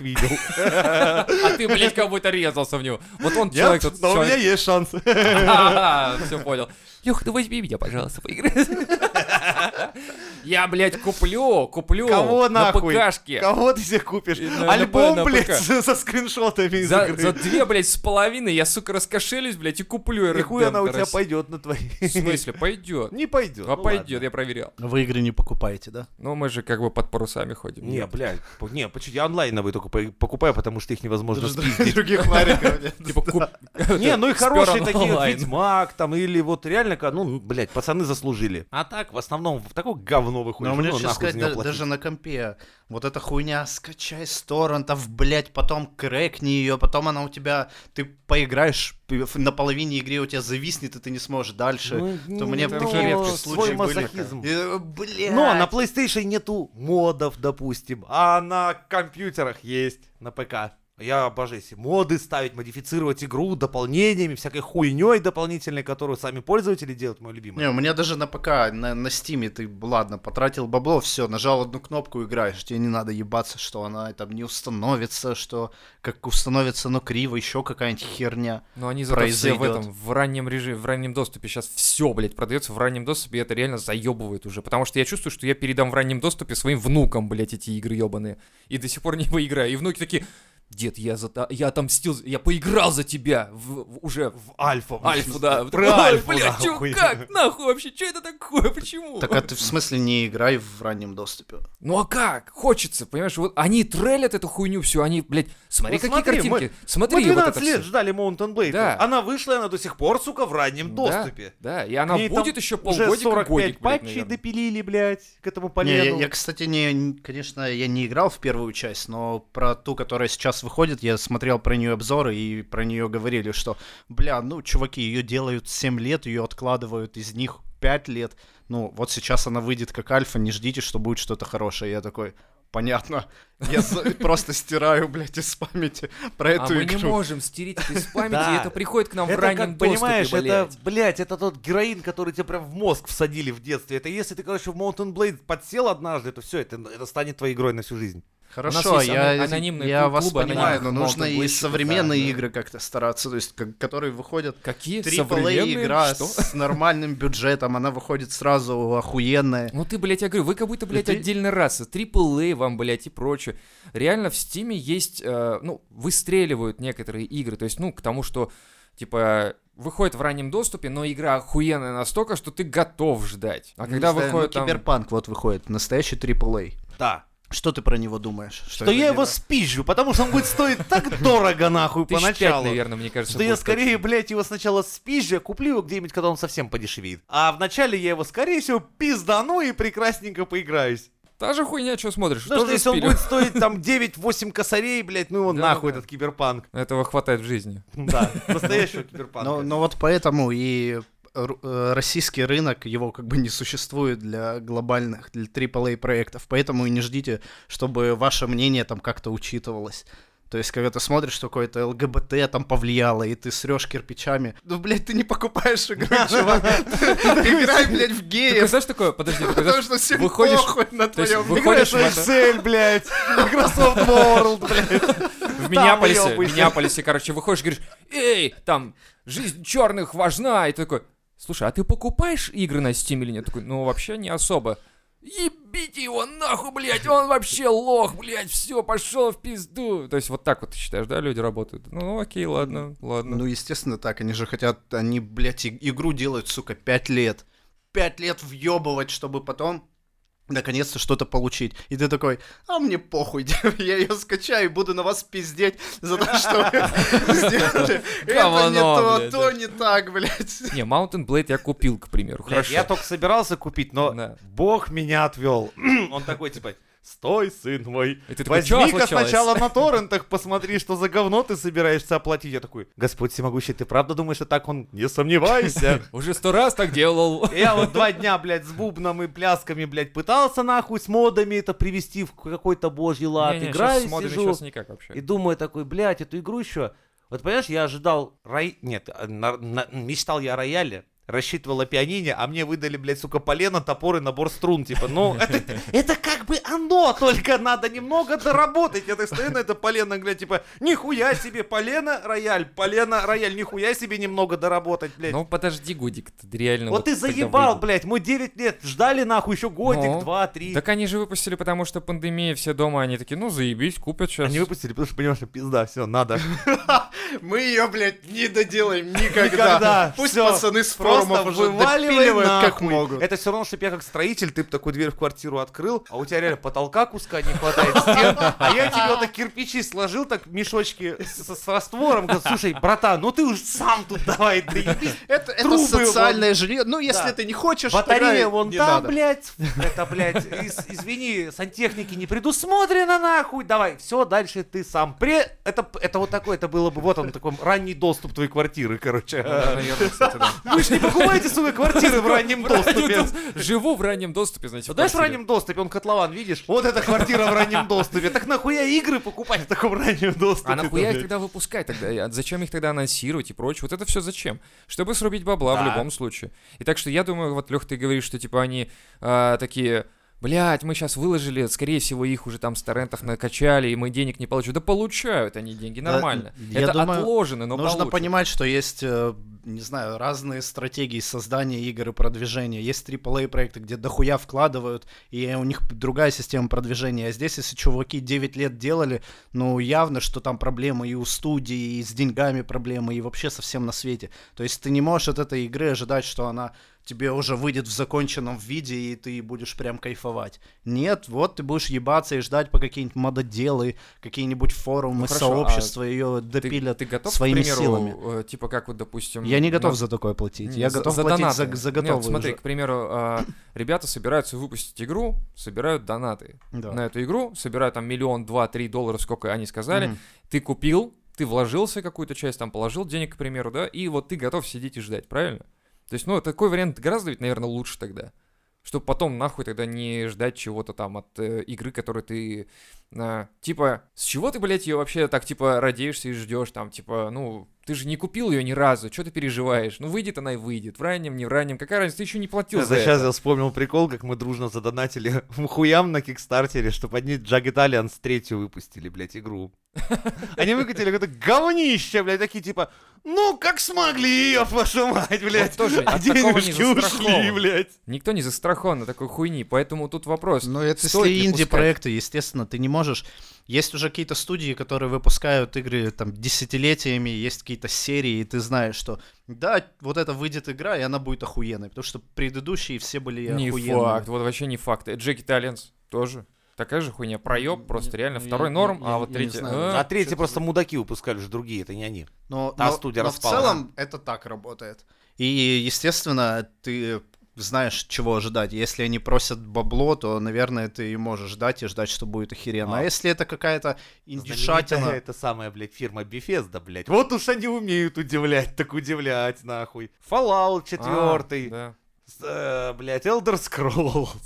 Speaker 4: видел.
Speaker 1: А ты, блядь, как будто резался в него. Вот он человек
Speaker 4: Нет,
Speaker 1: тут.
Speaker 4: но у меня
Speaker 1: человек-
Speaker 4: есть шанс.
Speaker 1: Все понял. Леха, ну возьми меня, пожалуйста, поиграй. Я, блядь, куплю, куплю.
Speaker 4: Кого
Speaker 1: на
Speaker 4: нахуй?
Speaker 1: ПКшке.
Speaker 4: Кого ты себе купишь?
Speaker 1: И на- на П-
Speaker 4: Альбом,
Speaker 1: на
Speaker 4: блядь,
Speaker 1: ПК.
Speaker 4: со со скриншотами из
Speaker 1: За, за
Speaker 4: игры.
Speaker 1: две, блядь, с половиной я, сука, раскошелюсь, блядь, и куплю Red
Speaker 4: Нихуя она у
Speaker 1: Dead
Speaker 4: тебя
Speaker 1: Res-
Speaker 4: пойдет на твои.
Speaker 1: В смысле, пойдет?
Speaker 4: Не пойдет. Ну
Speaker 1: А пойдет, я проверял.
Speaker 5: Вы игры не покупаете, да?
Speaker 1: Ну, мы же как бы под парусами ходим.
Speaker 4: Не, блядь, по- не, почему я онлайновые только по- покупаю, потому что их невозможно спиздить.
Speaker 5: Других вариков нет.
Speaker 1: Типа, куп...
Speaker 4: Не, ну и хорошие
Speaker 1: Спёр
Speaker 4: такие, вот
Speaker 1: онлайн.
Speaker 4: Ведьмак там, или вот реально, ка- ну, блядь, пацаны заслужили. А так, в основном, в такое говно выходит,
Speaker 5: Но
Speaker 4: ну,
Speaker 5: а мне сейчас
Speaker 4: нахуй за
Speaker 5: сказать,
Speaker 4: неё
Speaker 5: да-
Speaker 4: платить.
Speaker 5: даже на компе, вот эта хуйня, скачай с торрентов, блядь, потом крэкни ее, потом она у тебя, ты поиграешь, ты в- на половине игры у тебя зависнет, и ты не сможешь дальше.
Speaker 4: Ну,
Speaker 5: то мне
Speaker 4: ну,
Speaker 5: такие
Speaker 1: редкость.
Speaker 5: случаи
Speaker 4: свой
Speaker 5: были.
Speaker 4: мазохизм.
Speaker 5: Э, Блядь.
Speaker 4: Но на PlayStation нету модов, допустим, а на компьютерах а есть, на ПК. Я обожаю эти моды ставить, модифицировать игру дополнениями, всякой хуйней дополнительной, которую сами пользователи делают, мой любимый.
Speaker 5: Не, у меня даже на ПК, на, на Стиме ты, ладно, потратил бабло, все, нажал одну кнопку, играешь. Тебе не надо ебаться, что она там не установится, что как установится, но криво, еще какая-нибудь херня.
Speaker 1: Но они зато все в
Speaker 5: произойдет.
Speaker 1: этом, в раннем режиме, в раннем доступе. Сейчас все, блядь, продается в раннем доступе, и это реально заебывает уже. Потому что я чувствую, что я передам в раннем доступе своим внукам, блядь, эти игры ебаные. И до сих пор не поиграю. И внуки такие, дед, я, за, та- я отомстил, за- я поиграл за тебя в- в- уже в
Speaker 4: В альфа.
Speaker 1: Альфу, да.
Speaker 4: Про
Speaker 1: Ой,
Speaker 4: Альфу,
Speaker 1: блядь, чё,
Speaker 4: нахуй.
Speaker 1: как, нахуй вообще, что это такое, почему?
Speaker 5: Так а ты в смысле не играй в раннем доступе?
Speaker 1: Ну а как? Хочется, понимаешь, вот они трелят эту хуйню всю, они, блядь, смотри,
Speaker 4: Вот
Speaker 1: какие
Speaker 4: смотри,
Speaker 1: картинки,
Speaker 4: мы-
Speaker 1: смотри,
Speaker 4: Мы 12
Speaker 1: вот это
Speaker 4: лет
Speaker 1: всё.
Speaker 4: ждали Mountain Blade.
Speaker 1: Да.
Speaker 4: Она вышла, и она до сих пор, сука, в раннем
Speaker 1: Да,
Speaker 4: доступе.
Speaker 1: Да, и она
Speaker 4: К ней там
Speaker 1: будет еще
Speaker 4: уже
Speaker 1: полгодика,
Speaker 4: 45
Speaker 1: годик, блядь,
Speaker 4: патчей
Speaker 1: наверное.
Speaker 4: допилили, блядь, к этому
Speaker 5: Не, я,
Speaker 4: полену.
Speaker 5: я, кстати, не, н- конечно, я не играл в первую часть, но про ту, которая сейчас выходит, я смотрел про нее обзоры и про нее говорили, что, бля, ну, чуваки, ее делают 7 лет, ее откладывают из них 5 лет. Ну, вот сейчас она выйдет как альфа, не ждите, что будет что-то хорошее. Я такой, понятно, я за- просто стираю, блядь, из памяти про
Speaker 1: А
Speaker 5: эту
Speaker 1: мы не
Speaker 5: игру.
Speaker 1: можем стереть это из памяти,
Speaker 4: Да.
Speaker 1: и это приходит к нам в
Speaker 4: это,
Speaker 1: раннем
Speaker 4: как, понимаешь,
Speaker 1: доступе,
Speaker 4: это,
Speaker 1: блядь.
Speaker 4: блядь, это тот героин, который тебе прям в мозг всадили в детстве. Это если ты, короче, в Mountain Blade подсел однажды, то все, это, это станет твоей игрой на всю жизнь.
Speaker 1: У
Speaker 5: Хорошо,
Speaker 1: нас есть ана-
Speaker 5: я,
Speaker 1: анонимные
Speaker 5: я
Speaker 1: клуб-
Speaker 5: вас
Speaker 1: клубы
Speaker 5: понимаю, но
Speaker 1: анонимных
Speaker 5: нужно и
Speaker 1: молотобойщиков,
Speaker 5: современные
Speaker 1: да, да.
Speaker 5: игры как-то стараться, то есть, ко- которые выходят
Speaker 1: Какие
Speaker 5: AAA
Speaker 1: современные?
Speaker 5: игра
Speaker 1: Что?
Speaker 5: с нормальным бюджетом, она выходит сразу охуенная.
Speaker 1: Ну ты, блядь, я говорю, вы как будто, блядь,
Speaker 5: ты-
Speaker 1: отдельная раса. AAA вам, блядь, и прочее. Реально в Стиме есть, э, ну, выстреливают некоторые игры. То есть, ну, к тому, что, типа, выходит в раннем доступе, но игра охуенная настолько, что ты готов ждать. А когда
Speaker 5: Не знаю,
Speaker 1: выходит
Speaker 5: ну,
Speaker 1: там...
Speaker 5: Киберпанк вот выходит, настоящий AAA.
Speaker 4: Да.
Speaker 5: Что ты про него думаешь? Что,
Speaker 4: То
Speaker 5: это
Speaker 4: я его
Speaker 5: игра?
Speaker 4: спизжу, потому что он будет стоить так дорого, нахуй,
Speaker 1: Тысяч пять,
Speaker 4: поначалу.
Speaker 1: наверное, мне кажется.
Speaker 4: Что я
Speaker 1: будет
Speaker 4: скорее, блядь, его сначала спизжу, а куплю его где-нибудь, когда он совсем подешевеет. А вначале я его, скорее всего, пиздану и прекрасненько поиграюсь.
Speaker 1: точно. Та же хуйня, что смотришь,
Speaker 4: Потому что
Speaker 1: тоже
Speaker 4: если Ну, он
Speaker 1: спилю.
Speaker 4: будет стоить там 9-8 косарей, блядь, ну его
Speaker 1: Да,
Speaker 4: нахуй
Speaker 1: да.
Speaker 4: этот киберпанк. Ну
Speaker 1: Этого хватает в жизни.
Speaker 4: Да, настоящего киберпанка.
Speaker 5: Но, но вот поэтому и ру- э, российский рынок, его как бы не существует для глобальных, для AAA проектов, поэтому и не ждите, чтобы ваше мнение там как-то учитывалось. То есть, когда ты смотришь, что какое-то ЛГБТ там повлияло, и ты срешь кирпичами, ну, блядь, ты не покупаешь игру, чувак. Ты Играй, блядь, в
Speaker 1: Такой,
Speaker 5: геев,
Speaker 1: знаешь, такое, подожди, такой,
Speaker 5: потому
Speaker 1: знаешь,
Speaker 5: что всем
Speaker 1: выходишь-
Speaker 5: похуй на
Speaker 1: то есть
Speaker 5: твоем
Speaker 1: выходишь в
Speaker 4: Играешь в
Speaker 1: это-
Speaker 4: Excel, блядь, Microsoft World, блядь.
Speaker 1: в
Speaker 4: Там
Speaker 1: Миннеаполисе, в
Speaker 4: уёбаешься.
Speaker 1: Миннеаполисе, короче, выходишь и говоришь, эй, там, жизнь черных важна, и ты такой, слушай, а ты покупаешь игры на Steam или нет? Такой, ну, вообще не особо. Ебите его нахуй, блядь, он вообще лох, блядь, все, пошел в пизду. То есть вот так вот ты считаешь, да, люди работают? Ну, окей, ладно, ладно.
Speaker 5: Ну, естественно, так. Они же хотят, они, блядь, и- игру делают, сука, пять лет. Пять лет въебывать, чтобы потом наконец-то что-то получить. И ты такой, а мне похуй, я ее скачаю и буду на вас пиздеть за то, что вы сделали. Это не
Speaker 1: Говно,
Speaker 5: то,
Speaker 1: блядь,
Speaker 5: то
Speaker 1: да.
Speaker 5: не так, блядь.
Speaker 1: Не, Mountain Blade я купил, к примеру,
Speaker 4: Блядь,
Speaker 1: хорошо.
Speaker 4: я только собирался купить, но
Speaker 1: Да.
Speaker 4: бог меня отвел. Он такой, типа, стой, сын мой,
Speaker 1: И ты такой, «Чё
Speaker 4: возьми-ка
Speaker 1: случилось?»
Speaker 4: сначала на торрентах, посмотри, что за говно ты собираешься оплатить. Я такой, Господь всемогущий, ты правда думаешь, что так он? Не сомневайся.
Speaker 1: Уже сто раз так делал.
Speaker 4: Я вот два дня, блядь, с бубном и плясками, блядь, пытался нахуй с модами это привести в какой-то божий лад.
Speaker 1: Не-не, щас
Speaker 4: Играю,
Speaker 1: с модами
Speaker 4: сижу.
Speaker 1: щас никак вообще.
Speaker 4: И думаю такой, блядь, эту игру еще... Вот понимаешь, я ожидал рай... Нет, а, на- на- мечтал я о рояле, рассчитывал о пианине, а мне выдали, блядь, сука, полено, топор и набор струн. Типа, ну, это, это как бы оно, только надо немного доработать. Я так стою на это полено, блядь, типа, нихуя себе, полено, рояль, полено, рояль, нихуя себе немного доработать, блядь.
Speaker 1: Ну подожди, Гудик, ты реально...
Speaker 4: вот ты
Speaker 1: когда
Speaker 4: заебал,
Speaker 1: выйдет.
Speaker 4: блядь, мы 9 лет ждали, нахуй, еще годик,
Speaker 1: Ну,
Speaker 4: два, три.
Speaker 1: Так они же выпустили, потому что пандемия, все дома, они такие, ну заебись, купят сейчас.
Speaker 4: Они выпустили, потому что, понимаешь, пизда, все, надо.
Speaker 5: Мы ее, блядь, не доделаем
Speaker 4: Никогда.
Speaker 5: никогда. Пусть
Speaker 4: Всё.
Speaker 5: пацаны с
Speaker 4: Просто
Speaker 5: форумов уже
Speaker 4: вываливай
Speaker 5: допиливают как
Speaker 4: нахуй.
Speaker 5: могут.
Speaker 4: Это все равно, чтобы я как строитель, ты бы такую дверь в квартиру открыл, а у тебя реально потолка куска не хватает, стен, а я тебе вот так кирпичи сложил, так мешочки с, с раствором, говорю, слушай, братан, ну ты уж сам тут давай, ты ебись».
Speaker 5: Это, это
Speaker 4: трубы
Speaker 5: социальное жилье. Ну, если
Speaker 4: Да.
Speaker 5: ты не хочешь,
Speaker 4: Батарея
Speaker 5: тогда
Speaker 4: вон
Speaker 5: не
Speaker 4: там,
Speaker 5: надо.
Speaker 4: блядь, это, блядь, из- извини, сантехники не предусмотрено, нахуй, давай, все, дальше ты сам. При... Это, это вот такое, это было бы, вот он, такой ранний доступ твоей квартиры, короче.
Speaker 1: Да, наверное, кстати, да.
Speaker 4: Мы ж не покупайте, сука, квартиры в раннем доступе. Ну,
Speaker 1: Живу в раннем доступе, знаете, в
Speaker 4: Знаешь, в
Speaker 1: квартире.
Speaker 4: раннем доступе, он котлован, видишь? Вот эта квартира в раннем доступе. Так нахуя игры покупать в таком раннем доступе?
Speaker 1: А нахуя их
Speaker 4: блядь?
Speaker 1: тогда выпускать тогда? А Зачем их тогда анонсировать и прочее? Вот это все зачем? Чтобы срубить бабла в
Speaker 4: Да.
Speaker 1: любом случае. И так что я думаю, вот, Лех, ты говоришь, что типа они а, такие... Блять, мы сейчас выложили, скорее всего, их уже там с торрентов накачали, и мы денег не получим. Да получают они деньги,
Speaker 5: Да,
Speaker 1: нормально.
Speaker 5: я
Speaker 1: это
Speaker 5: думаю,
Speaker 1: отложено, но
Speaker 5: Нужно
Speaker 1: получат.
Speaker 5: понимать, что есть, э, не знаю, разные стратегии создания игр и продвижения. Есть AAA проекты, где дохуя вкладывают, и у них другая система продвижения. А здесь, если чуваки 9 лет делали, ну, явно, что там проблемы и у студии, и с деньгами проблемы, и вообще совсем на свете. То есть ты не можешь от этой игры ожидать, что она тебе уже выйдет в законченном виде, и ты будешь прям кайфовать. Нет, вот ты будешь ебаться и ждать по какие-нибудь мододелы, какие-нибудь форумы,
Speaker 1: Ну хорошо, а
Speaker 5: сообщества ее
Speaker 1: Ты-
Speaker 5: допилят
Speaker 1: ты, готов,
Speaker 5: своими
Speaker 1: к примеру,
Speaker 5: силами.
Speaker 1: э, типа как вот, допустим...
Speaker 5: Я не готов
Speaker 1: на-
Speaker 5: за такое платить.
Speaker 1: Не,
Speaker 5: Я готов платить
Speaker 1: донаты.
Speaker 5: за, за
Speaker 1: Нет,
Speaker 5: готовые
Speaker 1: смотри,
Speaker 5: уже.
Speaker 1: к примеру, а, ребята собираются выпустить игру, собирают донаты
Speaker 5: Да.
Speaker 1: на эту игру, собирают там миллион, два, три доллара, сколько они сказали.
Speaker 5: Мгм.
Speaker 1: Ты купил, ты вложился какую-то часть, там положил денег, к примеру, да, и вот ты готов сидеть и ждать, правильно? То есть, ну, такой вариант гораздо ведь, наверное, лучше тогда. Чтобы потом нахуй тогда не ждать чего-то там от э, игры, которую ты... э, типа, с чего ты, блядь, ее вообще так, типа, радеешься и ждешь там, типа, ну, ты же не купил ее ни разу, что ты переживаешь? Ну, выйдет она и выйдет, в раннем, не в раннем, какая разница, ты еще не платил за
Speaker 4: сейчас
Speaker 1: это.
Speaker 4: я вспомнил прикол, как мы дружно задонатили хуям на Кикстартере, чтобы они Джаг Италианс третью выпустили, блядь, игру. Они выкатили какое-то говнище, блядь, такие типа, ну, как смогли, ёб вашу мать, блядь.
Speaker 1: тоже,
Speaker 4: а
Speaker 1: от такого не
Speaker 4: денежки ушли,
Speaker 1: застрахован.
Speaker 4: блядь.
Speaker 1: Никто не застрахован на такой хуйни, поэтому тут вопрос.
Speaker 5: Но это
Speaker 1: Стоит ли
Speaker 5: если
Speaker 1: пускать?
Speaker 5: инди-проекты, естественно, ты не можешь. Есть уже какие-то студии, которые выпускают игры там десятилетиями, есть какие-то серии, и ты знаешь, что да, вот это выйдет игра, и она будет охуенной, потому что предыдущие все были
Speaker 1: Не
Speaker 5: охуенные.
Speaker 1: факт, вот вообще не факт. Э, Джеки Таллинс тоже. Такая же хуйня, проеб просто
Speaker 5: Не-
Speaker 1: реально.
Speaker 4: ну,
Speaker 5: не-
Speaker 1: Второй
Speaker 5: не-
Speaker 1: норм,
Speaker 5: я-
Speaker 1: а вот
Speaker 5: я не
Speaker 1: третий...
Speaker 5: знаю.
Speaker 1: э.
Speaker 4: А третьи
Speaker 5: чё-то
Speaker 4: просто мудаки выпускали же другие, это не они.
Speaker 5: Но,
Speaker 4: Та
Speaker 5: но-
Speaker 4: студия
Speaker 5: но в
Speaker 4: распалась.
Speaker 5: целом это так работает. И, естественно, ты знаешь, чего ожидать. Если они просят бабло, то, наверное, ты и можешь ждать и ждать, что будет охеренно. А,
Speaker 4: А.
Speaker 5: если это какая-то
Speaker 4: Знаменитая
Speaker 5: индюшатина...
Speaker 4: Это самая, блядь, фирма Bethesda, блядь. Вот уж они умеют удивлять, так удивлять, нахуй. Fallout 4,
Speaker 1: А, да.
Speaker 4: с, э, блядь, Elder Scrolls.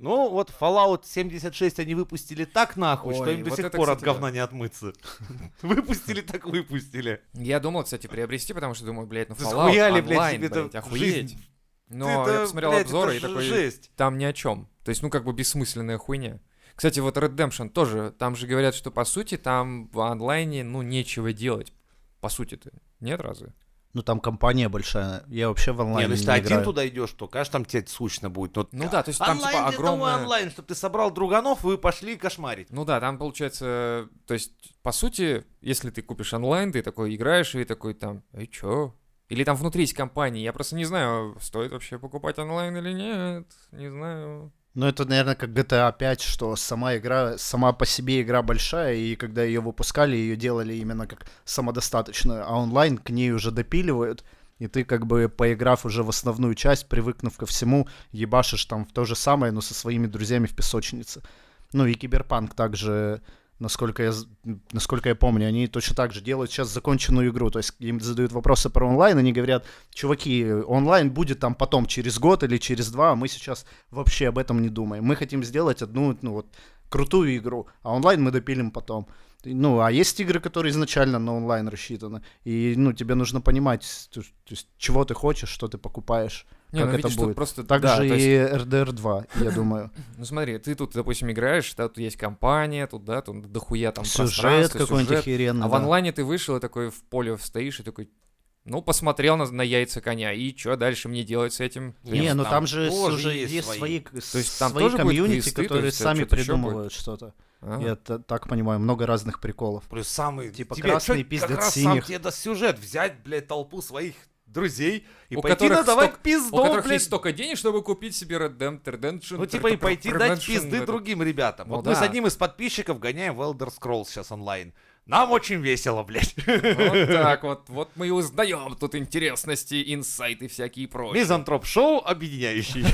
Speaker 4: Ну, вот Fallout 76 они выпустили так нахуй, что
Speaker 1: Ой,
Speaker 4: им до
Speaker 1: вот
Speaker 4: сих
Speaker 1: это,
Speaker 4: пор от
Speaker 1: кстати, да.
Speaker 4: говна не отмыться. Выпустили так выпустили.
Speaker 1: Я думал, кстати, приобрести, потому что думаю, блядь, ну
Speaker 4: Да
Speaker 1: Fallout
Speaker 4: схуяли, блядь,
Speaker 1: онлайн,
Speaker 4: тебе-то
Speaker 1: блядь,
Speaker 4: в
Speaker 1: охуеть.
Speaker 4: жизнь.
Speaker 1: Но
Speaker 4: Ты-то,
Speaker 1: Ну, я посмотрел
Speaker 4: блядь,
Speaker 1: обзоры
Speaker 4: это
Speaker 1: и
Speaker 4: ж
Speaker 1: такой,
Speaker 4: жесть.
Speaker 1: там ни о чем. То есть, ну, как бы бессмысленная хуйня. Кстати, вот Redemption тоже, там же говорят, что по сути там в онлайне, ну, нечего делать. По сути-то. Нет разве?
Speaker 5: Ну, там компания большая. Я вообще в
Speaker 4: Не,
Speaker 5: онлайн
Speaker 4: ну
Speaker 5: не,
Speaker 4: если ты один
Speaker 5: играю.
Speaker 4: туда идешь, то, конечно, там тебе сущно будет. но-
Speaker 1: Ну да, то есть там
Speaker 4: Онлайн
Speaker 1: типа
Speaker 4: для того
Speaker 1: огромная...
Speaker 4: онлайн, чтобы ты собрал друганов, вы пошли кошмарить.
Speaker 1: Ну да, там получается, то есть, по сути, если ты купишь онлайн, ты такой играешь и такой там, и чё? Или там внутри есть компании, я просто не знаю, стоит вообще покупать онлайн или нет, не знаю.
Speaker 5: Ну, это, наверное, как GTA 5, что сама игра, сама по себе игра большая, и когда ее выпускали, ее делали именно как самодостаточную, а онлайн к ней уже допиливают, и ты, как бы, поиграв уже в основную часть, привыкнув ко всему, ебашишь там в то же самое, но со своими друзьями в песочнице. Ну, и Киберпанк также, насколько я, з- насколько я помню, они точно так же делают сейчас законченную игру, то есть им задают вопросы про онлайн, они говорят, чуваки, онлайн будет там потом, через год или через два, а мы сейчас вообще об этом не думаем. Мы хотим сделать одну, ну вот, крутую игру, а онлайн мы допилим потом. И, Ну, а есть игры, которые изначально на онлайн рассчитаны. И, ну, тебе нужно понимать, то, то есть, чего ты хочешь, что ты покупаешь.
Speaker 1: Не,
Speaker 5: Как
Speaker 1: ну
Speaker 5: это
Speaker 1: видишь,
Speaker 5: будет?
Speaker 1: тут просто...
Speaker 5: Так
Speaker 1: да,
Speaker 5: же
Speaker 1: то есть-
Speaker 5: и RDR 2, я думаю.
Speaker 1: ну смотри, ты тут, допустим, играешь, да, тут есть компания, тут, да, тут дохуя там
Speaker 5: Сюжет
Speaker 1: пространство,
Speaker 5: какой-нибудь
Speaker 1: сюжет.
Speaker 5: охеренный.
Speaker 1: А в
Speaker 5: да.
Speaker 1: онлайне ты вышел и такой в поле стоишь и такой, ну, посмотрел на, на яйца коня, и чё дальше мне делать с этим?
Speaker 5: Не, ну
Speaker 4: там
Speaker 5: там же
Speaker 4: тоже
Speaker 5: уже
Speaker 4: есть
Speaker 5: есть
Speaker 4: свои.
Speaker 5: свои к-
Speaker 1: есть там
Speaker 5: свои
Speaker 1: тоже будут
Speaker 5: комьюнити,
Speaker 1: квесты, то
Speaker 5: которые
Speaker 1: есть, а
Speaker 5: сами
Speaker 1: что-то ещё будет?
Speaker 5: придумывают что-то.
Speaker 1: А.
Speaker 5: Я т- так понимаю, много разных приколов.
Speaker 4: Плюс самый...
Speaker 5: Типа
Speaker 4: тебе
Speaker 5: красный
Speaker 4: чё,
Speaker 5: пиздец
Speaker 4: как раз сам
Speaker 5: синих.
Speaker 4: тебе даст сюжет взять, блядь, толпу своих друзей и
Speaker 1: У
Speaker 4: пойти
Speaker 1: которых
Speaker 4: надавать
Speaker 1: столько-
Speaker 4: пизду,
Speaker 1: У которых
Speaker 4: блядь.
Speaker 1: есть столько денег, чтобы купить себе Red Dead Redemption.
Speaker 4: Ну, типа, и пойти дать
Speaker 1: Redemption,
Speaker 4: пизды
Speaker 1: это-
Speaker 4: другим ребятам.
Speaker 1: Ну
Speaker 4: вот мы с
Speaker 1: да.
Speaker 4: одним из подписчиков гоняем в Elder Scrolls сейчас онлайн. Нам очень весело, блядь.
Speaker 1: Вот так вот. Вот мы и узнаем тут интересности, инсайты всякие и прочее.
Speaker 4: Мизантроп-шоу объединяющий.